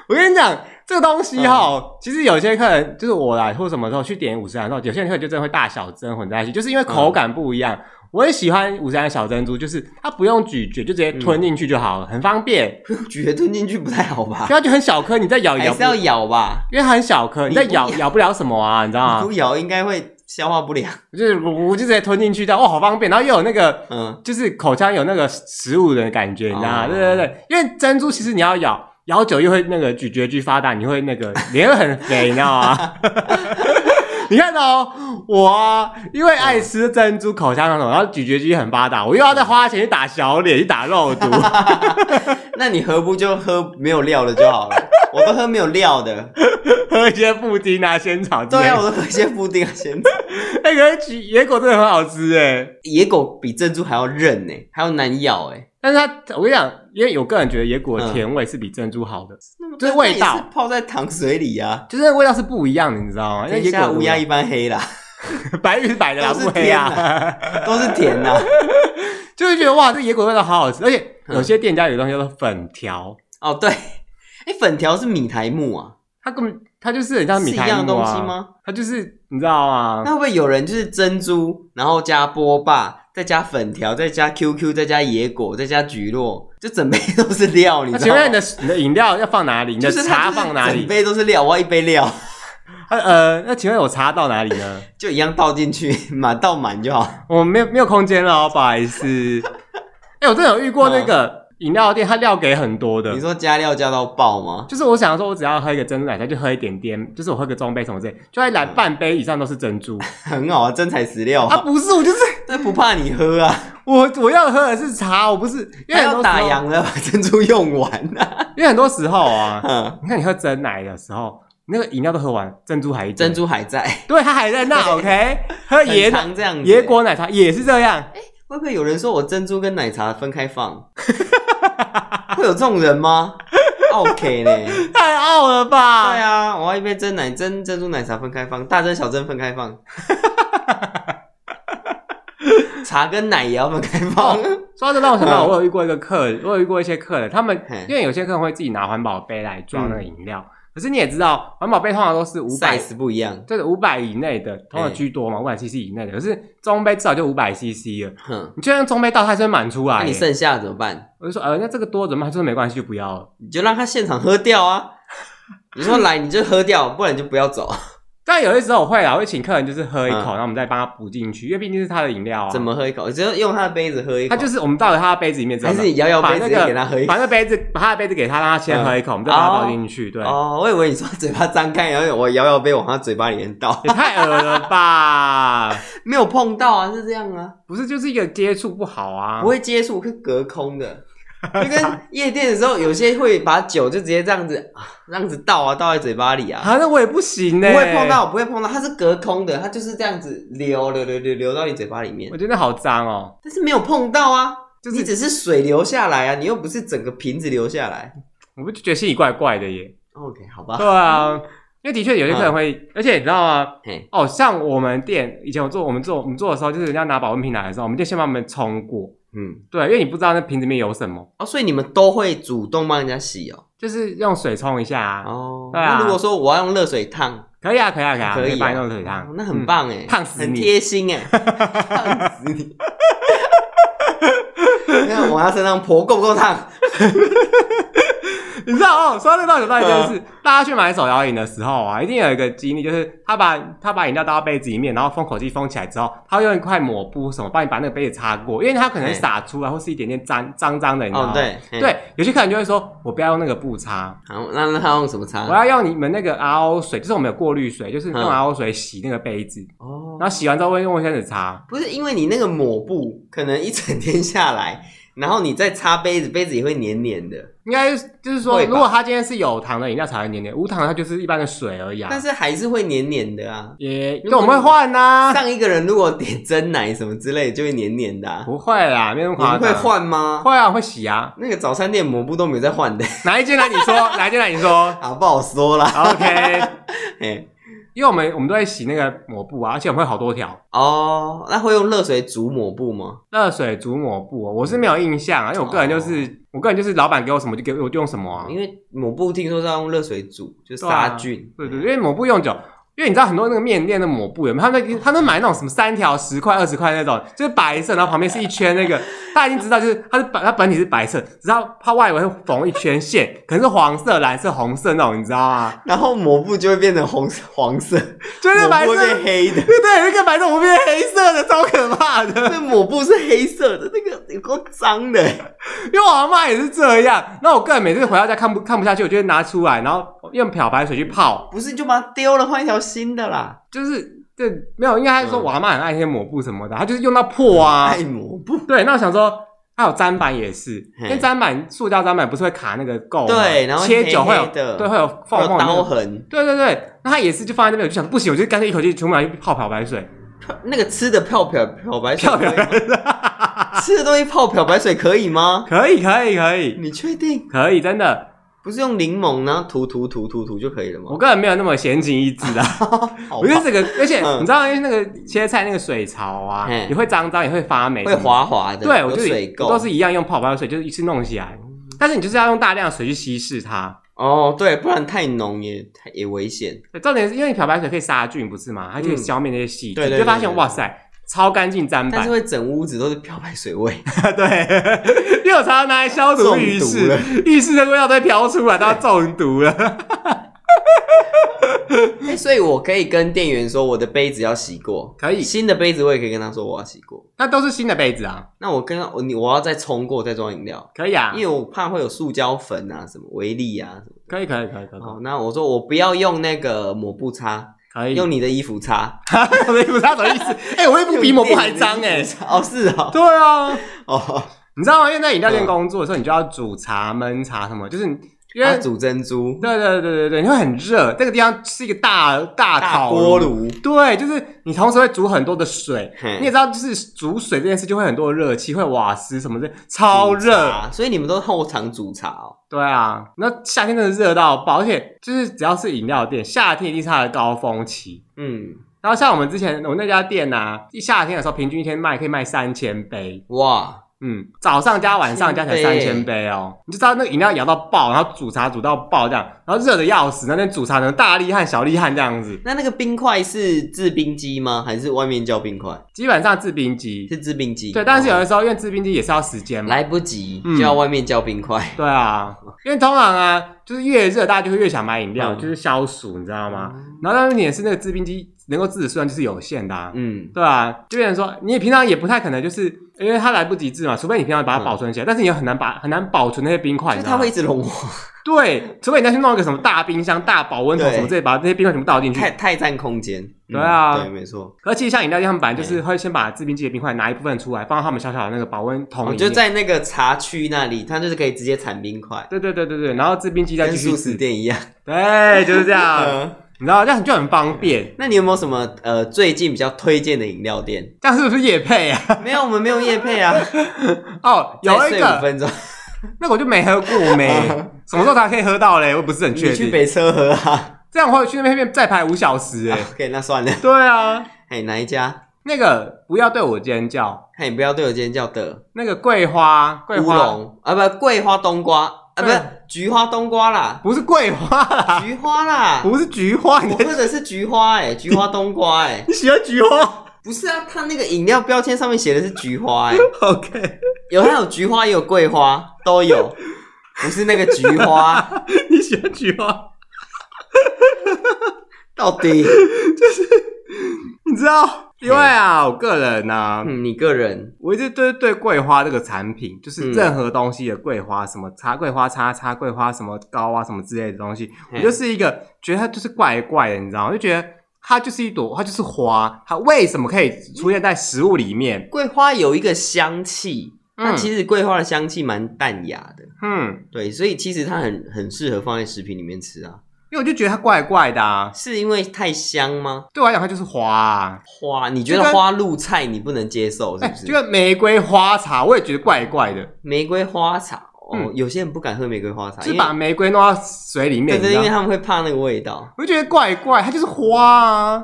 S2: 我跟你讲，这个东西哈、
S1: 嗯
S2: 其实有些客人就是我啦，或什么时候去点五十兰的时候，有些人客人就真的会大小珍混在一起，就是因为
S1: 嗯
S2: 口感不一样。我很喜欢五十兰的小珍珠，就是它不用咀嚼，就直接
S1: 嗯
S2: 吞进去就好了，很方便。
S1: 咀嚼吞进去不太好吧
S2: 所以？它就很小颗，你再咬也
S1: 还
S2: 咬不
S1: 是，要咬吧，
S2: 因为它很小颗，你再
S1: 你不
S2: 咬咬不了什么啊，你知道吗
S1: 不？咬应该会消化不良。
S2: 就是我就直接吞进去，这样哇，哦好方便。然后又有那个
S1: 嗯，
S2: 就是口腔有那个食物的感觉，你知道吗？
S1: 哦
S2: 对对对，因为珍珠其实你要咬咬久，又会那个咀嚼肌发达，你会那个脸会很
S1: [laughs]
S2: 肥，你知道吗？ [laughs] 你看哦，我啊因为爱吃珍珠，口腔那种，然后咀嚼肌很发达，我又要再花钱去打小脸，去打肉
S1: [laughs]
S2: 毒，
S1: 那你何不就喝没有料的就好了？我都喝没有料
S2: [laughs]
S1: 的，
S2: 喝一些布丁啊、仙草之类
S1: 对
S2: 的。
S1: 啊，
S2: 哎
S1: 我都喝一些布丁啊，先吃。
S2: 那个橘野果真的很好吃哎，
S1: 野狗比珍珠还要韧呢、还要难咬哎、
S2: 但是它我跟你讲，因为有个人觉得野果
S1: 嗯
S2: 的甜味是比珍珠好的，就是
S1: 那也
S2: 味道
S1: 是泡在糖水里啊。
S2: 就是那味道是不一样的，你知道吗？因为
S1: 天
S2: 野
S1: 下
S2: 果
S1: 乌鸦一般黑啦，
S2: 白玉是白的啦，
S1: 都是
S2: 不黑
S1: 天
S2: 啊。
S1: 都是甜啊啦。
S2: [laughs] 就会觉得哇，这野果味道好好吃，而且
S1: 嗯
S2: 有些店家有东西叫做粉条，
S1: 哦，对，哎、粉条是米苔木啊，
S2: 它根本它就是很像啊米苔、
S1: 是一样的东西？吗？
S2: 它就是你知道吗
S1: 那？会不会有人就是珍珠，然后加波霸，再加粉条，再加 QQ，再加野果，再加菊络，就整杯 [laughs] 都是料，你
S2: 那
S1: 知
S2: 请
S1: 道
S2: 问你
S1: 吗？
S2: 的你的饮料要放哪里？你的
S1: 就是它
S2: 茶
S1: 就是
S2: 放哪
S1: 整
S2: 里？
S1: 杯都是料，我要一杯料。
S2: 呃呃，那请问我茶到哪里呢？
S1: 就一样倒进去，满倒满就好。
S2: 我没有没有空间了哦，不好意思。哎、我真的有遇过那个饮料店，它料给很多的
S1: 嗯你。说加料加到爆吗？
S2: 就是我想说，我只要喝一个珍珠奶茶，就喝一点点，就是我喝个中杯什么之类，就会来
S1: 嗯
S2: 半杯以上都是珍珠。
S1: 很好啊，真材实料啊，
S2: 啊，不是，我就是
S1: 那、不怕你喝啊，
S2: 我我要喝的是茶，我不是因为
S1: 还
S2: 很
S1: 要
S2: 多时
S1: 打
S2: 候，
S1: 烊了，把珍珠用完啊。
S2: 因为很多时候啊， [laughs]
S1: 嗯，
S2: 你看你喝真奶的时候，你那个饮料都喝完，珍珠还一堆
S1: 珍，珠还在，
S2: 对，它还在
S1: [laughs]
S2: 那。OK，喝椰
S1: 很
S2: 奶
S1: 常这样子、
S2: 椰啊果奶茶也是这样，
S1: 会不会有人说我珍珠跟奶茶分开放？ [laughs] 会有这种人吗？OK 呢？
S2: 太傲了吧？
S1: 对啊，我要一杯真奶真珍珠奶茶分开放，大珍小珍分开放。 [laughs] 茶跟奶也要分开放。
S2: 说到这让我想到，我有遇过一个客人，我有遇过一些客人，他们
S1: 嗯嘿嗯
S2: 因为有些客人会自己拿环保杯来装那个饮料，可是你也知道，环保杯通常都是五百，
S1: size 不一样，
S2: 对的，五百以内的通常
S1: 嘿
S2: 居多嘛，五百 CC 以内的，可是中杯至少就五百 CC 了，
S1: 哼，
S2: 你就算中杯倒，它还是会满出
S1: 那
S2: 来
S1: 你
S2: 耶。
S1: 剩下怎么办？
S2: 我就说，呃，那这个多怎么办？他说没关系，就不要了。
S1: 你就让他现场喝掉啊！你说来你就喝掉，不然你就不要走。
S2: 但有些时候我会啊啦，我会请客人就是喝一口，
S1: 嗯
S2: 然后我们再帮他补进去，因为毕竟是他的饮料啊。
S1: 怎么喝一口？只有用他的杯子喝一口，
S2: 他就是我们倒了他的杯子里面之后
S1: 还
S2: 呢，
S1: 是你摇摇
S2: 把
S1: 杯
S2: 那
S1: 直
S2: 个
S1: 接给他喝一口嗯
S2: 把。那杯子把他的杯子给他，让他先喝一口，我们再把它倒进去。对，
S1: 哦，我以为你说嘴巴张开，然后我摇摇杯往他嘴巴里面倒，
S2: 也太恶了吧？
S1: 没有碰到啊，是这样啊，
S2: 不是，就是一个接触不好啊。
S1: 不会接触，是隔空的。 [laughs] 就跟夜店的时候，有些会把酒就直接这样子啊，这样子倒啊，倒在嘴巴里
S2: [laughs]
S1: 啊，
S2: 啊，那我也不行欸
S1: 不
S2: 呢、
S1: 会碰。到，不会碰到，它是隔空的，它就是这样子流流流流流到你嘴巴里面
S2: 我，觉得好脏哦，
S1: 但是没有碰到啊，
S2: 就
S1: 你
S2: 是
S1: 只是水流下来啊，你又不是整个瓶子流下来。
S2: 我不觉得心里怪怪的耶。
S1: OK，好吧，
S2: 对啊，因为的确有些客人会，而且你知道吗？
S1: 嗯嘿，
S2: 哦，像我们店以前我做我们做我们做的时候，就是人家拿保温瓶来的时候，我们就先帮他们冲过。
S1: 嗯，
S2: 对，啊因为你不知道那瓶子里面有什么，
S1: 哦，所以你们都会主动帮人家洗哦。
S2: 就是用水冲一下啊。
S1: 哦，
S2: 对啊
S1: 那如果说我要用热水烫，
S2: 可以啊，可以啊，可以啊，
S1: 可以
S2: 帮你
S1: 哦
S2: 弄腿汤嗯
S1: 哦，那很棒哎，
S2: 烫死
S1: 很
S2: 你
S1: 贴心
S2: [laughs]
S1: 哎，烫死你！没有，往他身上泼够不够
S2: [laughs]
S1: 烫？
S2: 嗯。你知道哦，说到这到酒到一件
S1: 嗯
S2: 事，大家去买手摇饮的时候啊，一定有一个经历，就是他把他把饮料倒到杯子里面，然后封口器封起来之后，他会用一块抹布什么帮你把那个杯子擦过，因为他可能
S1: 嘿
S2: 洒出来或是一点点脏脏脏的，你知道
S1: 哦
S2: 吗，？
S1: 对，嘿，
S2: 对，有些客人就会说，我不要用那个布擦，
S1: 好，那那他用什么
S2: 我
S1: 擦？
S2: 要用你们那个 RO 水，就是我们有过滤水，就是用
S1: 啊嗯
S2: RO 水洗那个杯子，
S1: 哦，
S2: 然后洗完之后会用卫生纸擦。
S1: 不是因为你那个抹布，可能一整天下来，然后你再擦杯子，杯子也会黏黏的，
S2: 应该就是说，
S1: 会吧
S2: 如果它今天是有糖的饮料才会黏黏，无糖的它就是一般的水而已啊。
S1: 但是还是会黏黏的啊。
S2: 也
S1: 如
S2: 跟
S1: 果
S2: 我们会换啊呐、
S1: 上一个人如果点真奶什么之类，就会黏黏的啊。
S2: 不会啦，没那么
S1: 你
S2: 夸
S1: 们
S2: 张。
S1: 会换吗？
S2: 会啊，会洗啊。
S1: 那个早餐店抹布都没有在换的
S2: 哪一间啊来？你
S1: [laughs]
S2: 说哪一间来？你说。
S1: 啊，不好说啦。
S2: OK，
S1: [laughs] 嘿
S2: 因为我们我们都会洗那个抹布啊，而且我们会好多条
S1: 哦，那会用热水煮抹布吗？
S2: 热水煮抹布哦、我是没有印象啊，因为我个人就是、
S1: 哦
S2: 我个人就是老板给我什么就给我就用什么啊。
S1: 因为抹布听说是要用热水煮，就
S2: 对
S1: 杀
S2: 啊
S1: 菌。嗯
S2: 对对，因为抹布用久，因为你知道很多那个面店的抹布有没有？他们他们买那种什么三条十块二十块那种，就是白色，然后旁边是一圈
S1: [laughs]
S2: 那个，大家已经知道就是它是本它本体是白色，只要它外围会缝一圈线，可能是黄色、蓝色、红色那种，你知道吗？
S1: 然后抹布就会变成红色黄色，
S2: 就是白
S1: 抹
S2: 色
S1: 布，变黑的。
S2: 对对，有一个白色我变成黑色的，超可怕的。
S1: 那抹布是黑色的，那个有够脏的。欸
S2: 因为我阿妈也是这样，那我个人每次回到家看不看不下去，我就会拿出来，然后用漂白水去泡，
S1: 不是就把它丢了，换一条新的啦。
S2: 就是。对，没有，应该
S1: 嗯
S2: 说我阿妈很爱那些抹布什么的，她就是用到破啊，
S1: 爱抹布。
S2: 对，那我想说，还有砧板也是，因
S1: 嘿
S2: 为砧板塑胶砧板不是会卡那个垢吗？
S1: 对然后
S2: 切久会有
S1: 黑黑的
S2: 对，会有缝
S1: 有
S2: 缝
S1: 刀
S2: 那个。
S1: 痕，
S2: 对对对，那它也是就放在那边，我就想不行，我就干脆一口气全部拿去泡漂白水，
S1: 那个吃的漂漂漂白水
S2: 漂
S1: 可以
S2: 漂
S1: 吗，
S2: 白水，
S1: 吃的东西泡漂白水可以吗？
S2: 可以可以可以
S1: 你确定
S2: 可以，真的，
S1: 不是用柠檬然后涂涂涂涂涂就可以了吗
S2: 我？个人没有那么闲情逸致啊，
S1: 好
S2: 我觉得
S1: [laughs]
S2: 这个，而且
S1: 嗯
S2: 你知道，因为那个切菜那个水槽啊，
S1: 嘿
S2: 也会脏脏，也会发霉，
S1: 会。滑滑的，
S2: 对，
S1: 有
S2: 我就
S1: 水
S2: 是
S1: 垢
S2: 我都是一样用泡白水，就是一次弄起来，但是你就是要用大量的水去稀释它。
S1: 哦，对，不然太浓也太也危险。
S2: 对重点是因为漂白水可以杀菌，不是吗？它可以消灭那些
S1: 嗯
S2: 细菌，
S1: 对对对
S2: 就发现
S1: 对
S2: 哇塞，超干净砧
S1: 但
S2: 板
S1: 是。会整屋子都是漂白水味，
S2: [laughs] 对，因为我常常拿来消毒浴
S1: 中毒
S2: 室
S1: 了，
S2: 浴室的味道都会飘出来，它中毒了。 [laughs]
S1: 哎所以我可以跟店员说我的杯子要洗过，
S2: 可以
S1: 新的杯子我也可以跟他说我要洗过。
S2: 那都是新的杯子啊，
S1: 那我跟他我你我要再冲过再装饮料，
S2: 可以啊
S1: 因，为我怕会有塑胶粉啊、什么微粒啊什么。
S2: 可以可以可以可以
S1: 哦，那我说我不要用那个抹布擦，
S2: 可以。
S1: 用你的衣服擦，
S2: [laughs] 我的衣服擦什么意思？哎、我衣服比抹布还脏哎、
S1: 哦，是哦，
S2: 对啊，
S1: 哦，
S2: 你知道吗？因为在饮料店
S1: 嗯
S2: 工作的时候，你就要煮茶、焖茶什么，就是你因为
S1: 要啊煮珍珠，
S2: 对对对对对，你会很热，这个地方是一个大大
S1: 大
S2: 烤
S1: 锅炉，
S2: 对，就是你同时会煮很多的水，
S1: 嘿
S2: 你也知道，就是煮水这件事就会很多的热气，会瓦斯什么的，超热。
S1: 啊，所以你们都后场煮茶哦。
S2: 对啊，那夏天真的热到爆，而且就是只要是饮料店，夏天一定是它的高峰期。
S1: 嗯，
S2: 然后像我们之前我那家店呐、啊，一夏天的时候平均一天卖可以卖三千杯，
S1: 哇，
S2: 嗯，早上加晚上加起来三千杯哦，你就知道那个饮料摇到爆，然后煮茶煮到爆这样，然后热的要死，那边煮茶呢大力汉小力汉这样子，
S1: 那那个冰块是制冰机吗？还是外面叫冰块？
S2: 基本上制冰机。
S1: 是制冰机。
S2: 对，但是有
S1: 哦
S2: 的时候因为制冰机也是要时间嘛，
S1: 来不及，
S2: 嗯
S1: 就要外面叫冰块。
S2: 对啊，因为通常啊，就是越热，大家就会越想买饮料，
S1: 嗯
S2: 就是消暑，你知道吗？
S1: 嗯
S2: 然后当然也是那个制冰机能够制的数量就是有限的、啊，
S1: 嗯，
S2: 对啊，就变成说你平常也不太可能就是因为它来不及制嘛，除非你平常把
S1: 嗯
S2: 它保存起来，但是你又很难把很难保存那些冰块，
S1: 就
S2: 你知
S1: 它
S2: 道吗
S1: 会一直融化，
S2: 对，除非你再去弄一个什么大冰箱、大保温桶
S1: 对
S2: 什么之类，把那些冰块全部倒进去。
S1: 太太占空间。嗯
S2: 对啊
S1: 对，没错。
S2: 而且像饮料店，他们本来就是会先把制冰机的冰块拿一部分出来，放到他们小小的那个保温桶里
S1: 哦
S2: 面。
S1: 就在那个茶区那里，它就是可以直接产冰块，
S2: 对对对对对，然后制冰机再
S1: 跟
S2: 继续啊
S1: 素食
S2: 制。
S1: 店一样。
S2: 对，就是这样。
S1: 呃
S2: 你知道这样就很方便。
S1: 那你有没有什么呃最近比较推荐的饮料
S2: [laughs]？
S1: 店
S2: 这样是不是夜配啊？ [laughs]
S1: 没有，我们没有夜配啊。
S2: 哦， [laughs] 有
S1: 再
S2: 一
S1: 睡五
S2: 个，
S1: 分钟，
S2: 那我就没喝过没，
S1: [laughs]
S2: 什么时候才可以喝到嘞？我不是很确
S1: 你去
S2: 定。
S1: 北车喝啊。
S2: 这样的话，去那边再排五小时
S1: [laughs]
S2: 哎。
S1: OK，那算了。
S2: 对啊，
S1: 哎，哪一家？
S2: 那个不要对我尖叫，
S1: 哎，你不要对我尖叫的。
S2: 那个桂花，桂
S1: 乌
S2: 花
S1: 龙啊，不，桂花冬瓜啊，不
S2: 对
S1: 是菊花冬瓜啦，
S2: 不是桂花啦，
S1: 菊花啦，
S2: 不是菊花，
S1: [laughs]
S2: 你
S1: 我喝的是菊花
S2: [laughs]
S1: 哎，菊花冬瓜哎，
S2: 你喜欢菊花 [laughs]
S1: 不是啊，它那个饮料标签上面写的是菊花哎，
S2: ？OK，
S1: 有它有菊花也有桂花都有，不是那个菊
S2: [laughs]
S1: 花，
S2: 你喜欢菊花？ [laughs]
S1: 到底
S2: 你知道，因为啊，我个人呢、啊，
S1: 嗯你个人
S2: 我一直对对桂花这个产品，就是
S1: 嗯
S2: 任何东西的桂花，什么茶桂花叉叉桂花什么糕啊，什么之类的东西，
S1: 嗯
S2: 我就是一个觉得它就是怪怪的，你知道吗？就觉得它就是一朵，它就是花，它为什么可以出现在食物里面？
S1: 桂花有一个香气，它
S2: 嗯
S1: 其实桂花的香气蛮淡雅的，
S2: 嗯，
S1: 对，所以其实它很很适合放在食品里面吃啊，
S2: 因为我就觉得它怪怪的啊，
S1: 是因为太香吗？
S2: 对我来讲它就是花、啊，
S1: 花，你觉
S2: 就
S1: 得
S2: 跟
S1: 花露菜你不能接受是
S2: 哎、 [laughs]
S1: 不是？
S2: 就跟玫瑰花茶，我也觉得怪怪的，
S1: 玫瑰花茶哦，
S2: 嗯
S1: 有些人不敢喝玫瑰花茶，
S2: 就是
S1: 因为
S2: 把玫瑰弄到水里面，
S1: 对
S2: 你
S1: 对，
S2: 知
S1: 因为
S2: 道吗？
S1: 他们会怕那个味道。
S2: 我就觉得怪怪，它就是花啊，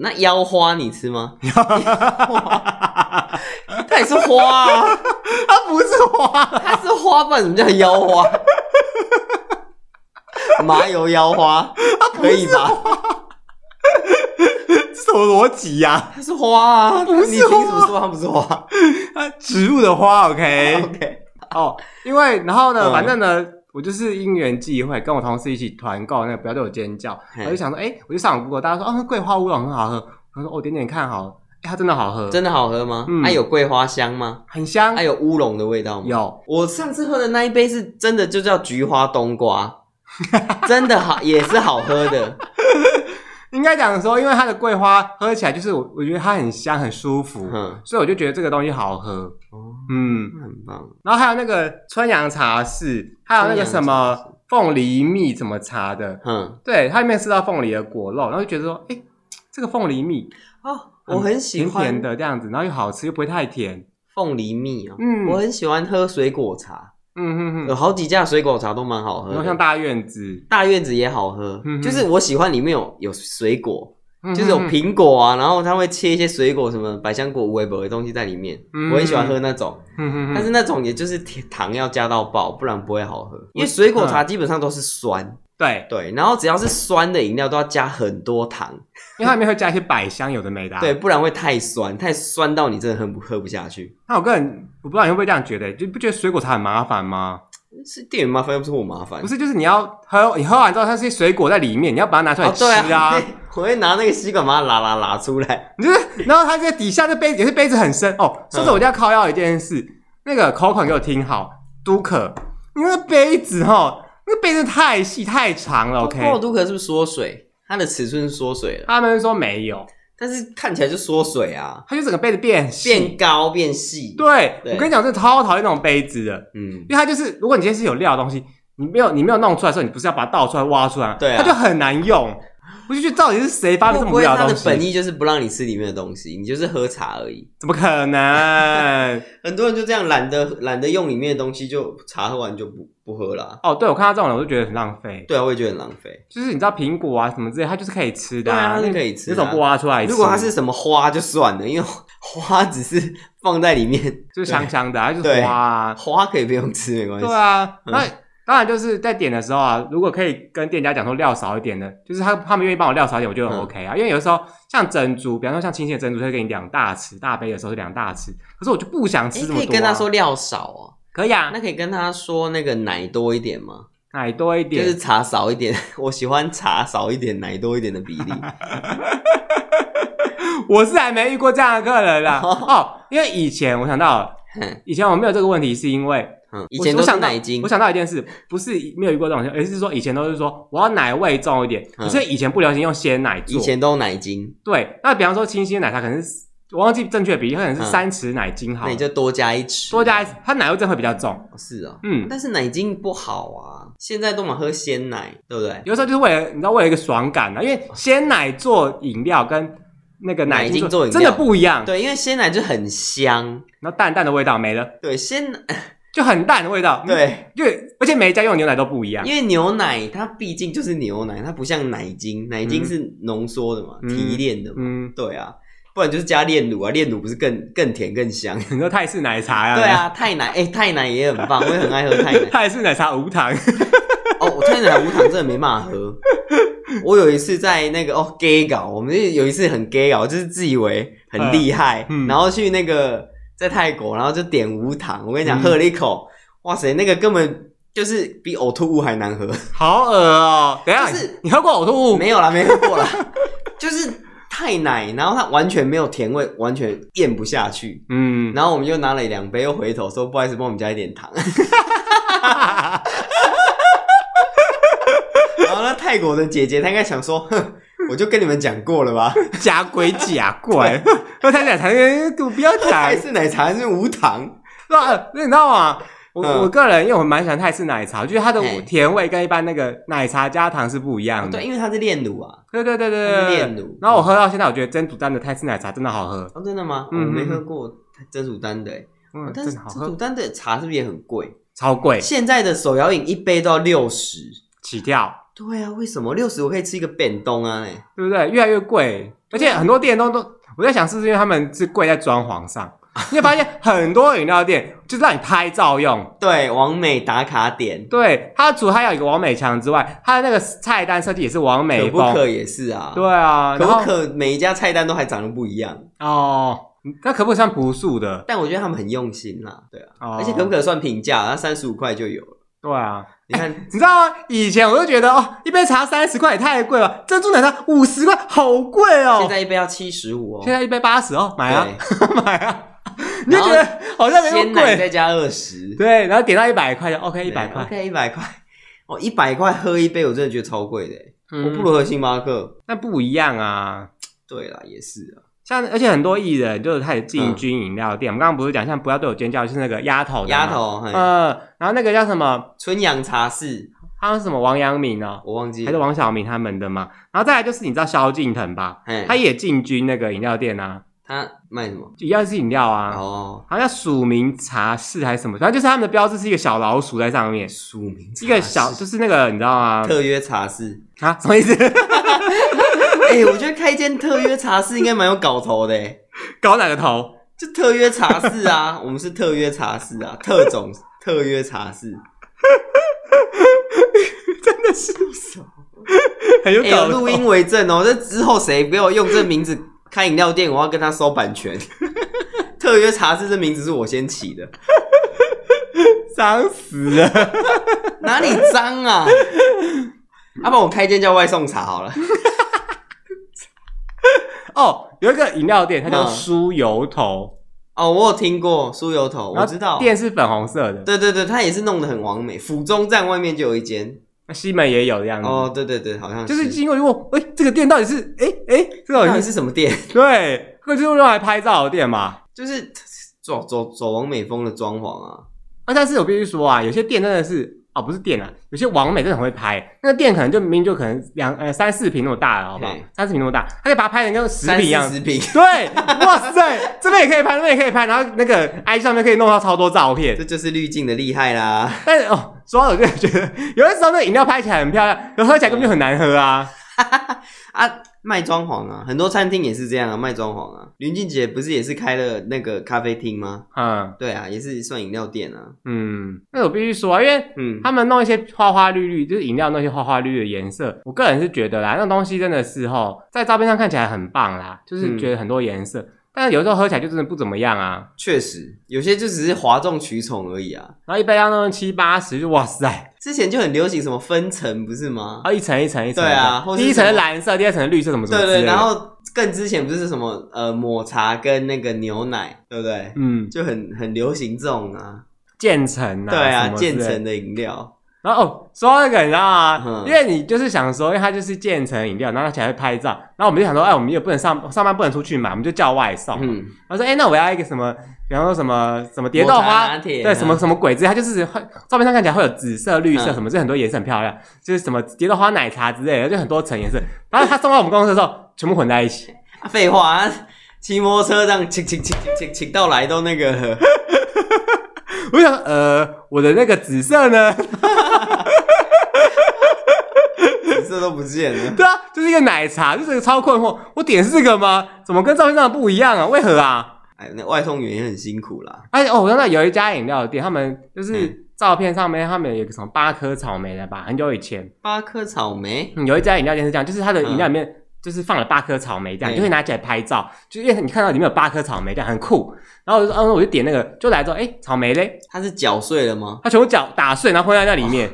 S1: 那腰花你吃
S2: [laughs]
S1: 吗？它也是花啊，
S2: 它不是花啊。 [laughs]
S1: 它是花，不然怎么叫腰花？ [laughs] 麻油腰
S2: 啊
S1: 花
S2: 哦
S1: 可以吧？
S2: 这什么逻辑呀、
S1: 它是花啊，
S2: 不是哦
S1: 你凭什么
S2: 花
S1: 说它不是花
S2: 啊？植物的花，OK，
S1: ？OK，
S2: [laughs] 哦，因为然后呢，
S1: 嗯
S2: 反正呢，我就是因缘际会，跟我同事一起团购那个不要对我尖叫，
S1: 嘿
S2: 我就想说，哎、我就上网 Google，大家说，哦，桂花乌龙很好喝，我说，哦，点点看好了，哎、它真的好喝，
S1: 真的哎好喝吗？
S2: 嗯
S1: 它有桂花香吗？啊
S2: 很香，
S1: 它有乌龙的味道吗？
S2: 有，
S1: 我上次喝的那一杯是真的就叫菊花冬
S2: [laughs]
S1: 瓜，真的好也是好喝的。
S2: 应该讲说，因为它的桂花喝起来就是我，我觉得它很香，很舒服，
S1: 嗯，
S2: 所以我就觉得这个东西好喝，
S1: 哦，
S2: 嗯，
S1: 那很棒。
S2: 然后还有那个春阳茶室，还有那个什
S1: 春阳茶
S2: 么凤梨蜜怎么茶的，
S1: 嗯，
S2: 对，它里面吃到凤梨的果肉，然后就觉得说，哎、这个凤梨蜜
S1: 哦，我很喜
S2: 甜甜
S1: 欢
S2: 的这样子，然后又好吃又不会太甜，
S1: 凤梨蜜哦，
S2: 嗯
S1: 我很喜欢喝水果茶，
S2: 嗯嗯
S1: 有
S2: 嗯，
S1: 好几家水果茶都蛮好喝
S2: 然后像
S1: 的。
S2: 大院子，
S1: 大院子也好喝，
S2: 嗯哼
S1: 就是我喜欢里面有有水果，就是有
S2: 嗯，
S1: 苹果啊，然后它会切一些水果，什么百香果、无为的东西在里面，
S2: 嗯
S1: 我很喜欢喝那种。
S2: 嗯嗯嗯
S1: 但是那种也就是甜糖要加到爆，不然不会好喝。因为水果
S2: 啊
S1: 茶基本上都是酸，
S2: 对，
S1: 对，然后只要是酸的饮料都要加很多糖，
S2: 因为它里面会加一些百香，有的没的、
S1: 对，，不然会太酸，太酸到你真的喝不喝不下去。
S2: 那我个人我不知道你会不会这样觉得，就不觉得水果茶很麻烦吗？
S1: 是店员麻烦，又不是我麻烦。
S2: 不是，就是你要喝，你喝完之后它是水果在里面，你要把它拿出来
S1: 哦，
S2: 吃
S1: 对
S2: 啊，
S1: 啊， [laughs] 我会拿那个吸管把它拉拉拉出来。
S2: 你就是，然后它这底下这杯子也是杯子很深哦。
S1: 嗯
S2: 说着我就要靠要一件事，那个口口给我听好，都可，你那个杯子哈，那个杯子太细太长了
S1: [laughs]
S2: ，OK。
S1: 泡都可是不是缩水？它的尺寸是缩水了，
S2: 他们说没有，
S1: 但是看起来就缩水啊，
S2: 它就整个杯子变细。
S1: 变高变细。，
S2: 对，
S1: 对
S2: 我跟你讲，这超讨厌那种杯子的，
S1: 嗯
S2: 因，为它就是，如果你今天是有料的东西，你没有你没有弄出来的时候，你不是要把它倒出来挖出来，
S1: 对啊
S2: 它就很难用。我我就觉得到底是谁发
S1: 会
S2: 明这
S1: 不
S2: 么无
S1: 会
S2: 聊
S1: 他
S2: 的
S1: 的
S2: 东西？
S1: 本意就是不让你吃里面的东西，你就是喝茶而已。
S2: 怎么可能？
S1: 很多人就这样懒得懒得用里面的东西，就茶喝完就不不喝啦。
S2: 哦，对我看到这种人，我就觉得很浪费。
S1: 对啊，我也觉得很浪费。
S2: 就是你知道苹果啊什么之类，它就是可以吃的、
S1: 对啊它是
S2: 那
S1: 可以吃
S2: 你
S1: 的啊
S2: 怎么不挖出来吃？
S1: 如果它是什么花就算了，因为花只是放在里面，
S2: 就是香香的、啊，它就是
S1: 对
S2: 花啊，
S1: 花可以不用吃没关系。
S2: 对啊，那。当然就是在点的时候啊，如果可以跟店家讲说料少一点的，就是他他们愿意帮我料少一点，我就很
S1: 嗯
S2: OK 啊。因为有时候像珍珠，比方说像清新的珍珠，他会给你两大匙，大杯的时候是两大匙，可是我就不
S1: 诶
S2: 想吃这么多、
S1: 可以
S2: 啊。
S1: 跟他说料少哦、
S2: 可以啊，
S1: 那可以跟他说那个奶多一点吗？
S2: 奶多一
S1: 就
S2: 点，
S1: 是茶少一点， [laughs] 我喜欢茶少一点、奶多一点的比 [laughs] 例。
S2: 我是还没遇过这样的客人
S1: [laughs]
S2: 啦。哦，因为以前我想到了
S1: 哼
S2: 以前我没有这个问题，是因为
S1: 嗯，以
S2: 我
S1: 前
S2: 我
S1: 都是
S2: 想到
S1: 奶精
S2: 我。想到一件事，不是没有遇过这种，而是说以前都是说我要奶味重一点，
S1: 嗯
S2: 可是以前不流行用鲜奶做。
S1: 以前都奶精，
S2: 对，那比方说清新奶，它可能是我忘记正确比例，它可能是
S1: 嗯
S2: 三匙奶精好
S1: 那
S2: 了，
S1: 你就多加一匙，
S2: 多加一它奶味真的会比较重。
S1: 哦是哦。
S2: 嗯，
S1: 但是奶精不好啊，现在都嘛喝鲜奶，对不对？
S2: 有时候就是为了你知道为了一个爽感啊，因为鲜奶做饮料跟那个奶
S1: 奶精做饮料
S2: 真的不一样，
S1: 对，因为鲜奶就很香，
S2: 然后淡淡的味道没了，
S1: 对鲜 [laughs] 奶，
S2: 就很淡的味道。，
S1: 对，
S2: 就而且每一家用的牛奶都不一样。
S1: 因为牛奶它毕竟就是牛奶，它不像奶精，奶精
S2: 嗯
S1: 是浓缩的嘛，
S2: 嗯
S1: 提炼的嘛，
S2: 嗯，
S1: 对啊，不然就是加炼乳啊，炼乳不是更更甜更香？
S2: 很多泰式奶茶呀、
S1: 对，
S2: [laughs]
S1: 啊，泰奶，哎、泰奶也很棒，我也很爱喝泰奶。
S2: 泰式奶茶无糖。
S1: 哦，我泰奶无糖真的没办法喝。我有一次在那个哦 gay 搞，我们就有一次很 gay 搞，就是自以为很厉害，
S2: 嗯嗯
S1: 然后去那个在泰国，然后就点无糖。我跟你讲，
S2: 嗯
S1: 喝了一口，哇塞，那个根本就是比呕吐物还难喝。
S2: 好恶哦、等一下，
S1: 就是
S2: 你喝过呕吐物？
S1: [laughs] 没有啦，没喝过啦，就是太奶，然后它完全没有甜味，完全咽不下去。
S2: 嗯，
S1: 然后我们就拿了两杯，又回头说不好意思，帮我们加一点糖。 [laughs] 然后那泰国的姐姐，她应该想说，哼，我就跟你们讲过了
S2: [laughs]
S1: 吧，
S2: 假鬼假 [laughs] 怪，喝泰式奶茶我哎不 [laughs] 要讲
S1: 泰，式奶茶是无糖。
S2: 对吧？那你知道吗？我、
S1: 嗯
S2: 我个人因为我蛮喜欢泰式奶茶，就是它的
S1: 嘿哦
S2: 甜味跟一般那个奶茶加糖是不一样的。
S1: 对，因为它是炼乳啊，
S2: 对对对
S1: 它
S2: 嗯对
S1: 是
S2: 对
S1: 炼
S2: 对。
S1: 乳。
S2: 然后我喝到现在，我觉得珍珠丹的泰式奶茶真的好喝，
S1: 哦，真的吗？我
S2: 嗯
S1: 没喝过珍珠丹的欸，
S2: 嗯，
S1: 但
S2: 真
S1: 是
S2: 的好
S1: 珍珠
S2: 喝，
S1: 丹的茶是不是也很贵？
S2: 超贵
S1: 现在的手摇饮一杯都要六十。
S2: 起跳。
S1: 对啊，为什么六十我可以吃一个便当啊？嘞，
S2: 对不对？越来越贵，而且很多店都都，我在想是不是因为他们是贵在装潢
S1: [laughs]
S2: 上？你会发现很多饮料店就是让你拍照用，
S1: 对，完美打卡点，
S2: 对它除了它有一个完美墙之外，它的那个菜单设计也是完美
S1: 可不
S2: 风，
S1: 可也是啊？
S2: 对啊，
S1: 可
S2: 然
S1: 不
S2: 后
S1: 可每一家菜单都还长得不一样，
S2: 哦，那可不可算朴素的？
S1: 但我觉得他们很用心啦，对啊，
S2: 哦、
S1: 而且可不可算平价？它三十五块就有了，
S2: 对啊，
S1: 你看
S2: 你知道吗？以前我就觉得哦，一杯茶三十块也太贵了，珍珠奶茶五十块好贵哦，
S1: 现在一杯要七十五哦
S2: 现，在一杯八十哦，买啊
S1: 对
S2: 买啊，你就
S1: 然后
S2: 觉得好 [laughs] 像有
S1: 鲜
S2: 点
S1: 奶
S2: 贵，
S1: 再加二十，啊
S2: 对，然后点到一百块就 OK 一百块。
S1: ，OK，一百块，哦，一百块喝一杯，我真的觉得超贵的欸，
S2: 嗯
S1: 我不如喝星巴克。
S2: 那不一样啊。
S1: 对啦，也是啊，
S2: 像而且很多艺人就是开始
S1: 嗯
S2: 进军饮料店，我们刚刚不是讲像不要对我尖叫，就是那个丫头的嘛
S1: 丫，头，嘿
S2: 呃，然后那个叫什么，
S1: 春阳茶室，
S2: 他是什么王阳明哦，
S1: 我忘记
S2: 还是
S1: 了，
S2: 王晓明他们的嘛，然后再来就是你知道萧敬腾吧，
S1: 嘿
S2: 他也进军那个饮料店啊，
S1: 他卖什么？
S2: 一样是饮料啊，
S1: 哦，
S2: 好像署名茶室还是什么，反正就是他们的标志是一个小老鼠在上面，
S1: 署名
S2: 一个
S1: 茶室
S2: 小就是那个你知道
S1: [laughs]
S2: 吗？
S1: 特约茶室，
S2: [laughs] 啊，什么意思？
S1: 哎、我觉得开一间特约茶室应该蛮有搞头的欸，
S2: 搞哪个头？ [laughs]
S1: 就特约茶室啊，我们是特约茶室啊，特种特约茶室，
S2: [laughs] 真的是很有
S1: 哎、有
S2: 搞头
S1: 录
S2: [laughs]
S1: 音为证哦，这之后谁给我用这名字开饮料店，我要跟他收版
S2: [laughs]
S1: 权。特约茶室这名字是我先起的，
S2: 脏死了。 [laughs]
S1: 哪里脏啊？要、不然我开一间叫外送茶好了，
S2: 哦，有一个饮料店，它叫
S1: 嗯
S2: 酥油头，
S1: 哦，我有听过酥油头，
S2: 然
S1: 我
S2: 后
S1: 知道。
S2: 店是粉红色的，
S1: 对对对，它也是弄得很完美。府中站外面就有一间，
S2: 那西门也有的样子。
S1: 哦，对对对，好像
S2: 就是经过就问，哎、这个店到底是，哎、哎、这
S1: 到
S2: 到
S1: 底
S2: 底是
S1: 是什么 [laughs] 店？
S2: [laughs] 对，这就是用来拍照的店嘛。
S1: 就是走走走完美风的装潢啊，
S2: 啊，但是我必须说啊，有些店真的是哦，不是店啊，有些网美真的很会拍，那个店可能就明明就可能两呃三四平那么大了，好不好
S1: 嘿？
S2: 三四平那么大，他可以把它拍成跟十
S1: 三
S2: 平一样
S1: 四。十平， [laughs]
S2: 对，哇塞，这边也可以拍，那边也可以拍，然后那个 I 上面可以弄到超多照片
S1: 这。就是滤镜的厉害啦。
S2: 但是哦，说到我就觉得，有的时候那个饮料拍起来很漂亮，有喝起来根本就很难喝啊。
S1: 啊，卖装潢啊，很多餐厅也是这样啊，卖装潢啊。林俊杰不是也是开了那个咖啡厅吗？
S2: 嗯
S1: 对啊，也是算饮料店啊。
S2: 嗯，那我必须说啊，因为
S1: 嗯，
S2: 他们弄一些花花绿绿，就是饮料那些花花绿绿的颜色，我个人是觉得啦，那东西真的是吼，在照片上看起来很棒
S1: 嗯
S2: 啦，就是觉得很多颜色，但是有时候喝起来就真的不怎么样啊。
S1: 确实有些就只是哗众取宠而已啊。
S2: 然后一杯要弄七八十，就哇塞，
S1: 之前就很流行什么分层，不是吗？
S2: 啊一层一层一层，
S1: 对啊或是
S2: 第一层是
S1: 什么
S2: 蓝色，第二层是绿色，什么什么
S1: 对
S2: 之类
S1: 对，
S2: 的
S1: 然后更之前不是什么呃抹茶跟那个牛奶，对不对？
S2: 嗯，
S1: 就很很流行这种啊，
S2: 渐层啊，
S1: 对啊
S2: 什，么之类
S1: 渐
S2: 的
S1: 层的饮料，
S2: 然后哦，说到那个你知道吗？
S1: 嗯
S2: 因为你就是想说，因为它就是建成饮料，然后它起来会拍照，然后我们就想说，哎，我们也不能上上班不能出去买，我们就叫外送。
S1: 嗯，
S2: 然后说，哎，那我要一个什么，比方说什么什么蝶豆
S1: 抹茶
S2: 花，
S1: 拿铁
S2: 对，
S1: 啊
S2: 什么什么鬼子，它就是会照片上看起来会有紫色、绿色
S1: 嗯
S2: 什么，这很多颜色很漂亮，就是什么蝶豆花奶茶之类的，就很多层颜色。然后它送到我们公司的时候，全部混在一起，
S1: 啊废话，啊骑摩托车这样骑骑骑骑骑骑到来都那个 [laughs] 了，
S2: 我就想，呃，我的那个紫色呢？ [laughs]
S1: 颜色都不见了。
S2: 对啊，就是一个奶茶，就是超困惑，我点是这个吗？怎么跟照片上的不一样啊？为何啊？
S1: 哎，那外送员也很辛苦啦。
S2: 而且哦，我知道有一家饮料店，他们就是
S1: 嗯
S2: 照片上面他们有一个什么八颗草莓的吧，很久以前、
S1: 八颗草莓，
S2: 嗯有一家饮料店是这样，就是它的
S1: 嗯
S2: 饮料里面。就是放了八颗草莓，这
S1: 嗯
S2: 样你就会拿起来拍照，就因为你看到里面有八颗草莓，这样很酷。然后我就说，嗯，我就点那个，就来之后，哎，草莓嘞，
S1: 它是搅碎了吗？
S2: 它全部搅打碎，然后混在那里面，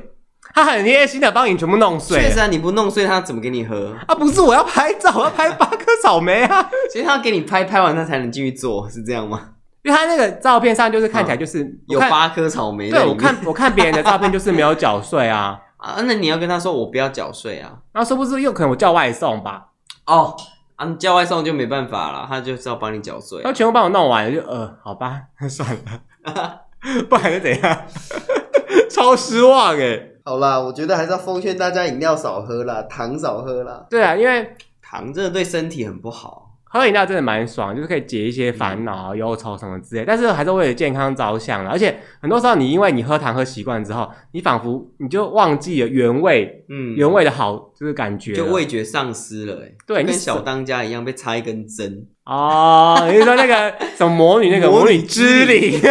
S2: 它很贴心的帮你全部弄碎
S1: 确实
S2: 了。
S1: 啊，你不弄碎它怎么给你喝？
S2: 啊，不是我要拍照，我要拍八颗草莓
S1: [laughs]
S2: 啊，
S1: 所以它要给你拍拍完，它才能继续做，是这样吗？
S2: 因为它那个照片上就是看起来就是、
S1: 有
S2: 我看，
S1: 八颗草莓在
S2: 对
S1: 里
S2: 我
S1: 面。 [laughs]
S2: 看我看别人的照片就是没有搅碎啊。
S1: 啊，那你要跟他说我不要缴税啊。
S2: 然后殊不知又可能我叫外送吧，
S1: 哦，啊，你叫外送就没办法了，他就是要帮你缴税
S2: 然。后全部帮我弄完了，就呃，好吧， [laughs] 算了，
S1: [laughs]
S2: 不然是怎样？超失望哎、
S1: 好啦，我觉得还是要奉劝大家饮料少喝啦，糖少喝啦，
S2: 对啊，因为
S1: 糖真的对身体很不好。
S2: 喝饮料真的蛮爽，就是可以解一些
S1: 嗯
S2: 烦恼、啊忧愁什么之类，但是还是为了健康着想啊啦。而且很多时候你因为你喝糖喝习惯之后，你仿佛你就忘记了原味、
S1: 嗯，
S2: 原味的好就是感觉了，啊
S1: 就味觉丧失了、欸，
S2: 对你
S1: 跟
S2: 死
S1: 小当家一样被插一根针。
S2: 哦，你是说那个什么魔女那个
S1: 魔
S2: 魔
S1: 女
S2: 女之灵？ [laughs]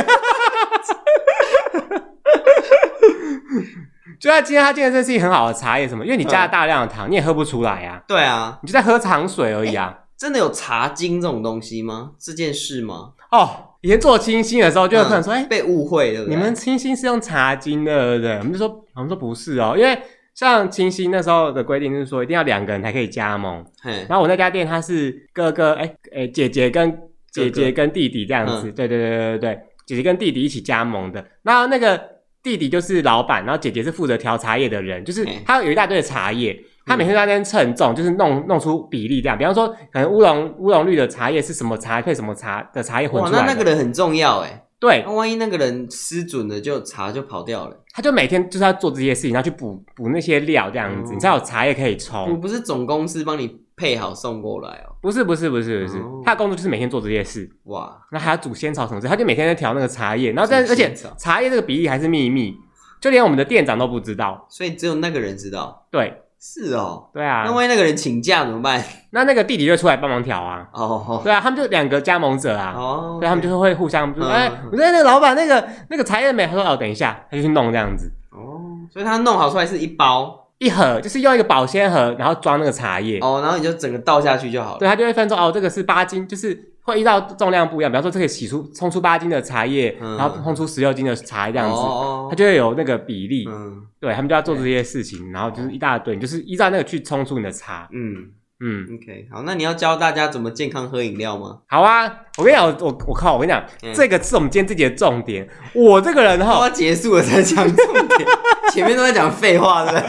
S2: 就他今天，他今天这是一个很好的茶叶，什么？因为你加了大量的糖，你也喝不出来啊，
S1: 对啊，
S2: 你就在喝糖水而已啊。
S1: 真的有茶精这种东西吗？这件事吗？
S2: 哦，以前做清新的时候，就有
S1: 嗯
S2: 客人说：“哎、
S1: 被误会了，对不
S2: 你
S1: 对
S2: 们清新是用茶精的，对不对？”我们就说：“我们说不是哦，因为像清新那时候的规定是说，一定要两个人才可以加盟。
S1: 嘿，
S2: 然后我那家店它是哥哥，哎、哎、姐姐跟姐姐跟弟弟这样
S1: 嗯
S2: 子，对对对对对对，姐姐跟弟弟一起加盟的。然后那个弟弟就是老板，然后姐姐是负责调茶叶的人，就是
S1: 嗯
S2: 他有一大堆的茶叶。他每天都在那边称重，就是弄弄出比例这样。比方说，可能乌龙乌龙绿的茶叶是什么茶配什么茶的茶叶混
S1: 哇，
S2: 出来
S1: 那
S2: 的。
S1: 那个人很重要哎、
S2: 对
S1: 那、，万一那个人失准了，就茶就跑掉了。
S2: 他就每天就是要做这些事情，然后去补补那些料这样子，
S1: 哦嗯
S2: 你才有茶叶可以冲。
S1: 我不是总公司帮你配好送过来哦，
S2: 不是不是不是不是，
S1: 哦
S2: 他的工作就是每天做这些事。
S1: 哇，
S2: 那还要煮仙草什么之类，他就每天在调那个茶叶，然后但
S1: 煮
S2: 而且
S1: 仙草
S2: 茶叶这个比例还是秘密，就连我们的店长都不知道。
S1: 所以只有那个人知道。
S2: 对
S1: 是哦，
S2: 对啊
S1: 那，万一那个人请假怎么办？
S2: 那那个弟弟就出来帮忙调啊。
S1: 哦
S2: 对啊，他们就两个加盟者啊，
S1: 哦，
S2: 对，他们就是会互相，就是
S1: 嗯
S2: 哎，我觉得那个老板那个那个茶叶没，他说哦，等一下，他就去弄这样子，
S1: 哦，所以他弄好出来是一包
S2: 一盒就是用一个保鲜盒，然后装那个茶叶，
S1: 哦，然后你就整个倒下去就好了。
S2: 对，他就会分说哦，这个是八斤，就是。会依照重量不一样，比方说这个洗出冲出八斤的茶叶，
S1: 嗯
S2: 然后冲出十六斤的茶叶这
S1: 这
S2: 样子，
S1: 哦
S2: 它，就会有那个比例。
S1: 嗯
S2: 对他们就要做这些事情，然后
S1: 哦
S2: 就是一大堆，你就是依照那个去冲出你的茶。
S1: 嗯
S2: 嗯，
S1: ，OK，好，那你要教大家怎么健康喝饮料吗？ [laughs]
S2: 好啊，我跟你讲，我我我靠，我跟你讲，
S1: 嗯哦
S2: 这个是我们今天这集的重点。我这个人
S1: 都
S2: 哈，
S1: 要结束了才讲重
S2: [laughs]
S1: 点，前面都在讲废话，对不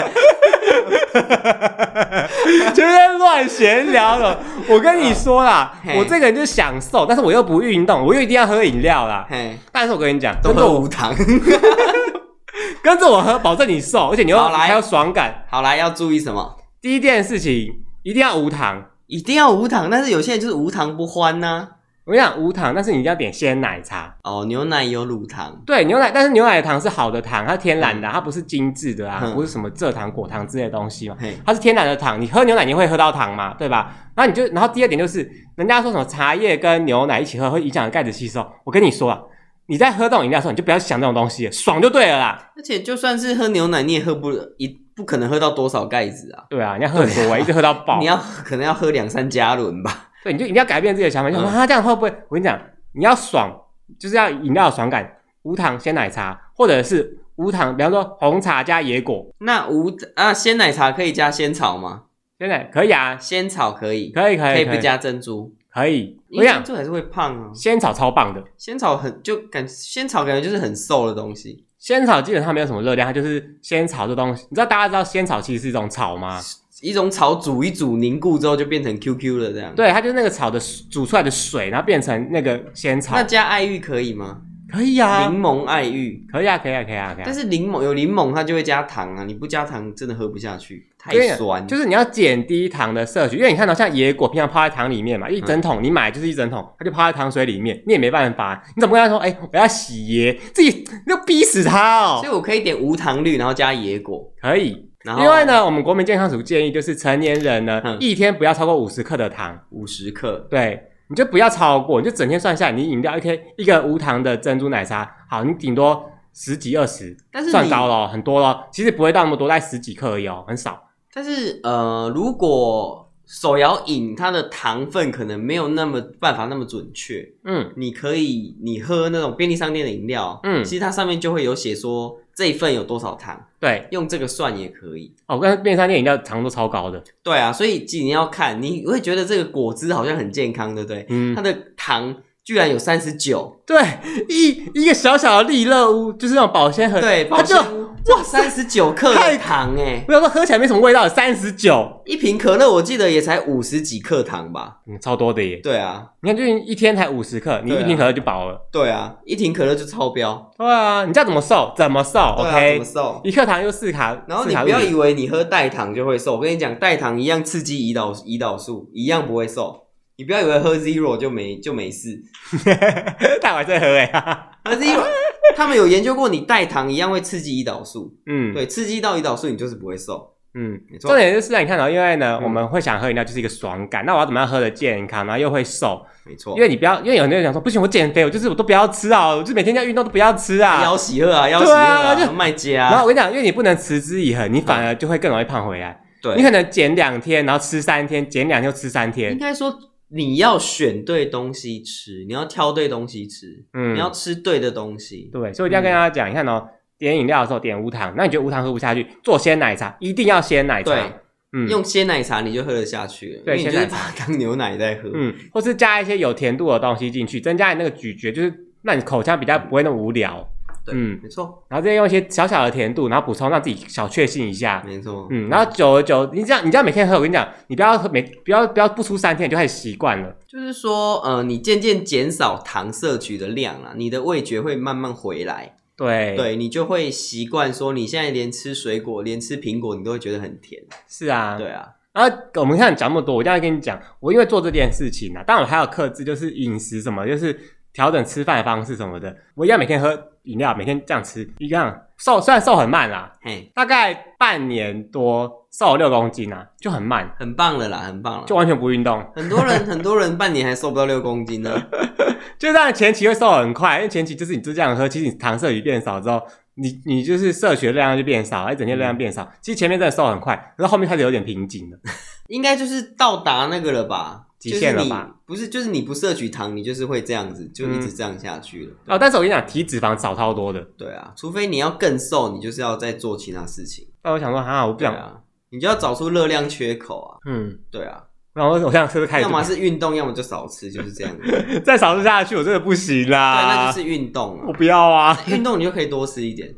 S1: 对？
S2: 就是乱闲聊了。我跟你说啦，
S1: 哦嘿
S2: 我这个人就是享受，但是我又不运动，我又一定要喝饮料啦。
S1: 嘿，
S2: 但是我跟你讲，
S1: 都
S2: 跟着
S1: 喝
S2: 我
S1: 无糖，
S2: 跟跟着我喝，保证你瘦，而且你又
S1: 好来
S2: 还有爽感。
S1: [laughs] 好啦，要注意什么？
S2: 第一件事情一定要无糖，
S1: 一定要无糖，但是有些人就是无糖不欢呐、
S2: 我跟你讲无糖，但是你一定要点鲜奶茶。
S1: 哦，牛奶有乳糖，
S2: 对，牛奶，但是牛奶糖是好的糖，它是天然的，它不是精致的啊，
S1: 嗯
S2: 不是什么蔗糖、果糖之类的东西嘛，
S1: 嘿，
S2: 它是天然的糖。你喝牛奶你会喝到糖嘛，对吧？然后你就，然后第二点就是，人家说什么茶叶跟牛奶一起喝会影响钙质吸收，我跟你说啊，你在喝这种饮料的时候，你就不要想这种东西，爽就对了啦。
S1: 而且就算是喝牛奶，你也喝不一不可能喝到多少钙质啊，
S2: 对啊，你要喝很多，一直
S1: [laughs]
S2: 喝到爆。
S1: 你要可能要喝两三加仑吧。
S2: 对，你就一定要改变自己的想法，
S1: 嗯
S2: 就想说、啊，这样会不会？我跟你讲，你要爽，就是要饮料的爽感，无糖鲜奶茶，或者是无糖，比方说红茶加野果，
S1: [laughs] 那无啊，鲜奶茶可以加仙草吗？
S2: 真的可以啊，
S1: 仙草可以，
S2: 可以可以
S1: 不加珍珠，
S2: 可以。
S1: 因为
S2: 我跟
S1: 珍
S2: 你讲，
S1: 珠还是会胖啊。
S2: 仙草超棒的，
S1: 仙草很就感仙草感觉就是很瘦的东西，
S2: 仙草基本上没有什么热量，它就是仙草这东西。你知道大家知道仙草其实是一种草吗？
S1: 一种草煮一煮凝固之后就变成 QQ 了这样。，
S2: 对，它就是那个草的煮出来的水，然后变成那个仙草
S1: 那。加爱玉可以吗？
S2: 可以啊，
S1: 柠檬爱玉。
S2: 可以啊，可以啊，可以啊，可以啊
S1: 但。是柠檬有柠檬，它就会加糖啊，你不加糖真的喝不下去，太
S2: 对啊
S1: 酸。
S2: 就是你要减低糖的摄取，因为你看到像野果平常泡在糖里面嘛，
S1: 嗯
S2: 一整桶你买就是一整桶，它就泡在糖水里面，你也没办法，你怎么跟他说？哎、我要洗椰，自己要逼死他
S1: 所以
S2: 哦。
S1: 我可以点无糖绿，然后加野果，
S2: 可以，
S1: 然后
S2: 另外呢，我们国民健康署建议就是成年人呢，
S1: 哦嗯
S2: 一天不要超过五十克的糖，
S1: 五十克，
S2: 对，你就不要超过，你就整天算下来，你饮料一天一个无糖的珍珠奶茶，好，你顶多十几二十，
S1: 但是
S2: 算
S1: 你
S2: 高了哦、很多了哦，其实不会到那么多，在十几克而已哦，很少。
S1: 但是呃，如果手摇饮它的糖分可能没有那么办法那么准确，
S2: 嗯，
S1: 你可以你喝那种便利商店的饮料，
S2: 嗯
S1: 其实它上面就会有写说这一份有多少糖，
S2: 对，
S1: 用这个算也可以。
S2: 哦，我刚才便利商店饮料糖都超高的，
S1: 对啊，所以其实你要看，你会觉得这个果汁好像很健康，对不对？
S2: 嗯
S1: 它，的糖居然有三十九，
S2: [laughs] 对，一一个小小的利乐屋，就是那种保鲜盒，
S1: 对，
S2: 它
S1: 保
S2: 就
S1: 鲜哇，三十九克
S2: 太
S1: 的糖哎、
S2: 我想说喝起来没什么味道，三十九，
S1: 一瓶可乐我记得也才五十几克糖吧？
S2: 嗯，超多的耶。
S1: 对啊，
S2: 你看，就一天才五十克，你
S1: 对
S2: 一
S1: 啊
S2: 瓶可乐就饱了。
S1: 对啊，一瓶可乐就超标。
S2: 对啊，你知道怎么瘦，怎么瘦
S1: 对啊
S2: ，OK？
S1: 怎么瘦？
S2: 一克糖又四卡，
S1: 然后
S2: 四
S1: 你
S2: 卡
S1: 不要
S2: 路里
S1: 以为你喝代糖就会瘦，我跟你讲，代糖一样刺激胰岛胰岛素，一样不会瘦。你不要以为喝 zero 就没就没事，
S2: [laughs] 大碗在喝哎、欸，
S1: 喝
S2: [laughs]
S1: zero 他们有研究过，你代糖一样会刺激胰岛素，
S2: 嗯，，
S1: 对，刺激到胰岛素你就是不会瘦，
S2: 嗯。
S1: 没错
S2: 重。点就是啊，你看到，因为呢，
S1: 嗯
S2: 我们会想喝饮料就是一个爽感。那我要怎么样喝的健康，然后又会瘦？
S1: 没错
S2: 因，为你不要，因为有很多人讲说，不行，我减肥，我就是我都不要吃啊，我就是每天要运动都不要吃啊。
S1: 要喜喝哎啊，要喜
S2: 对
S1: 喝
S2: 啊
S1: 啊，
S2: 就
S1: 卖家
S2: 然后
S1: 啊，
S2: 我跟你讲，因为你不能持之以恒，你反啊而就会更容易胖回来。
S1: 对
S2: 你，可能减两天，然后吃三天，减两天又吃三
S1: 应
S2: 天。
S1: 该说你要选对东西吃，你要挑对东西吃，
S2: 嗯，
S1: 你要吃对的东西。
S2: 对，所以我一定
S1: 嗯
S2: 要跟大家讲，你看哦，点饮料的时候点无糖，那你觉得无糖喝不下去，做鲜奶茶一定要鲜奶茶，
S1: 对，
S2: 嗯，
S1: 用鲜奶茶你就喝得下去了，
S2: 对
S1: 因为你就
S2: 鲜奶
S1: 是把它当牛奶在喝。
S2: 嗯，或是加一些有甜度的东西进去，增加你那个咀嚼，就是让你口腔比较不会那么无聊。
S1: 对，
S2: 嗯
S1: 没错，
S2: 然后再用一些小小的甜度，然后补充，让自己小确幸一下。
S1: 没错。
S2: 嗯，然后久而久，你这样你这样每天喝，我跟你讲，你不要喝每不要不要不出三天你就开始习惯了。
S1: 就是说，呃，你渐渐减少糖摄取的量啦，你的味觉会慢慢回来，
S2: 对，
S1: 对你就会习惯说，你现在连吃水果、连吃苹果，你都会觉得很甜。
S2: 是啊，
S1: 对啊，
S2: 然后我们看讲那么多，我一定要跟你讲，我因为做这件事情啊，当然我还有克制，就是饮食什么，就是调整吃饭的方式什么的。我一样每天喝饮料，每天这样吃，一样瘦，虽然瘦很慢啦，
S1: 嘿，
S2: 大概半年多瘦了六公斤啊，就很慢，
S1: 很棒了啦，很棒了。
S2: 就完全不运动。
S1: 很多人，很多人半年还瘦不到六公斤呢。
S2: 就当然前期会瘦很快，因为前期就是你就这样喝，其实你糖摄取变少之后，你你就是摄取的量就变少，一整天的量变少。其实前面真的瘦很快，然后后面开始有点瓶颈了。
S1: 应该就是到达那个了吧，
S2: 极限了吧
S1: 就是
S2: 嗯
S1: 你？不是，就是你不摄取糖，你就是会这样子，就一直这样下去了。
S2: 哦，但是我跟你讲，体脂肪少超多的。
S1: 对啊，除非你要更瘦，你就是要再做其他事情。
S2: 但我想说，哈，我不
S1: 对
S2: 想，
S1: 啊，你就要找出热量缺口啊。
S2: 嗯。
S1: 对啊，
S2: 然后我想是不是开
S1: 要么
S2: 始
S1: 是运动，要么就少吃，就是
S2: [laughs]
S1: 这样子。对，
S2: 再少吃下去，我真的不行
S1: 那
S2: 啦！
S1: 就是运动
S2: 我
S1: 啊。
S2: 不要啊！
S1: 运动你就可以多吃一点，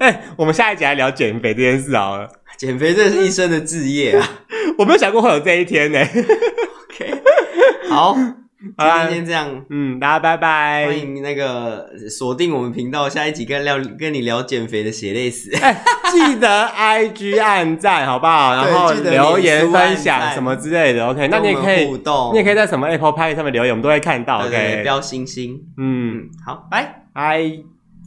S2: 哎、我们下一集来聊减肥这件事好了。
S1: 减肥这是一生的志业啊。
S2: 我没有想过会有这一天呢、
S1: 好，
S2: [laughs] 好啦
S1: 今，天这样，
S2: 嗯，大家拜拜。
S1: 欢迎那个锁定我们频道，下一集跟聊跟你聊减肥的血泪史。
S2: 哎，记得 I G 按赞好不好？然
S1: 对
S2: 后
S1: 记得
S2: 留
S1: 脸
S2: 言
S1: 书
S2: 分
S1: 按
S2: 享
S1: 赞
S2: 什么之类的。OK，那你也
S1: 跟我
S2: 可
S1: 们
S2: 以
S1: 互，动，
S2: 你也可以在什么 Apple Pay 上面留言，我们都会看到。
S1: 对对对
S2: OK，
S1: 标星星。
S2: 嗯，
S1: 嗯，好，拜。
S2: 嗨。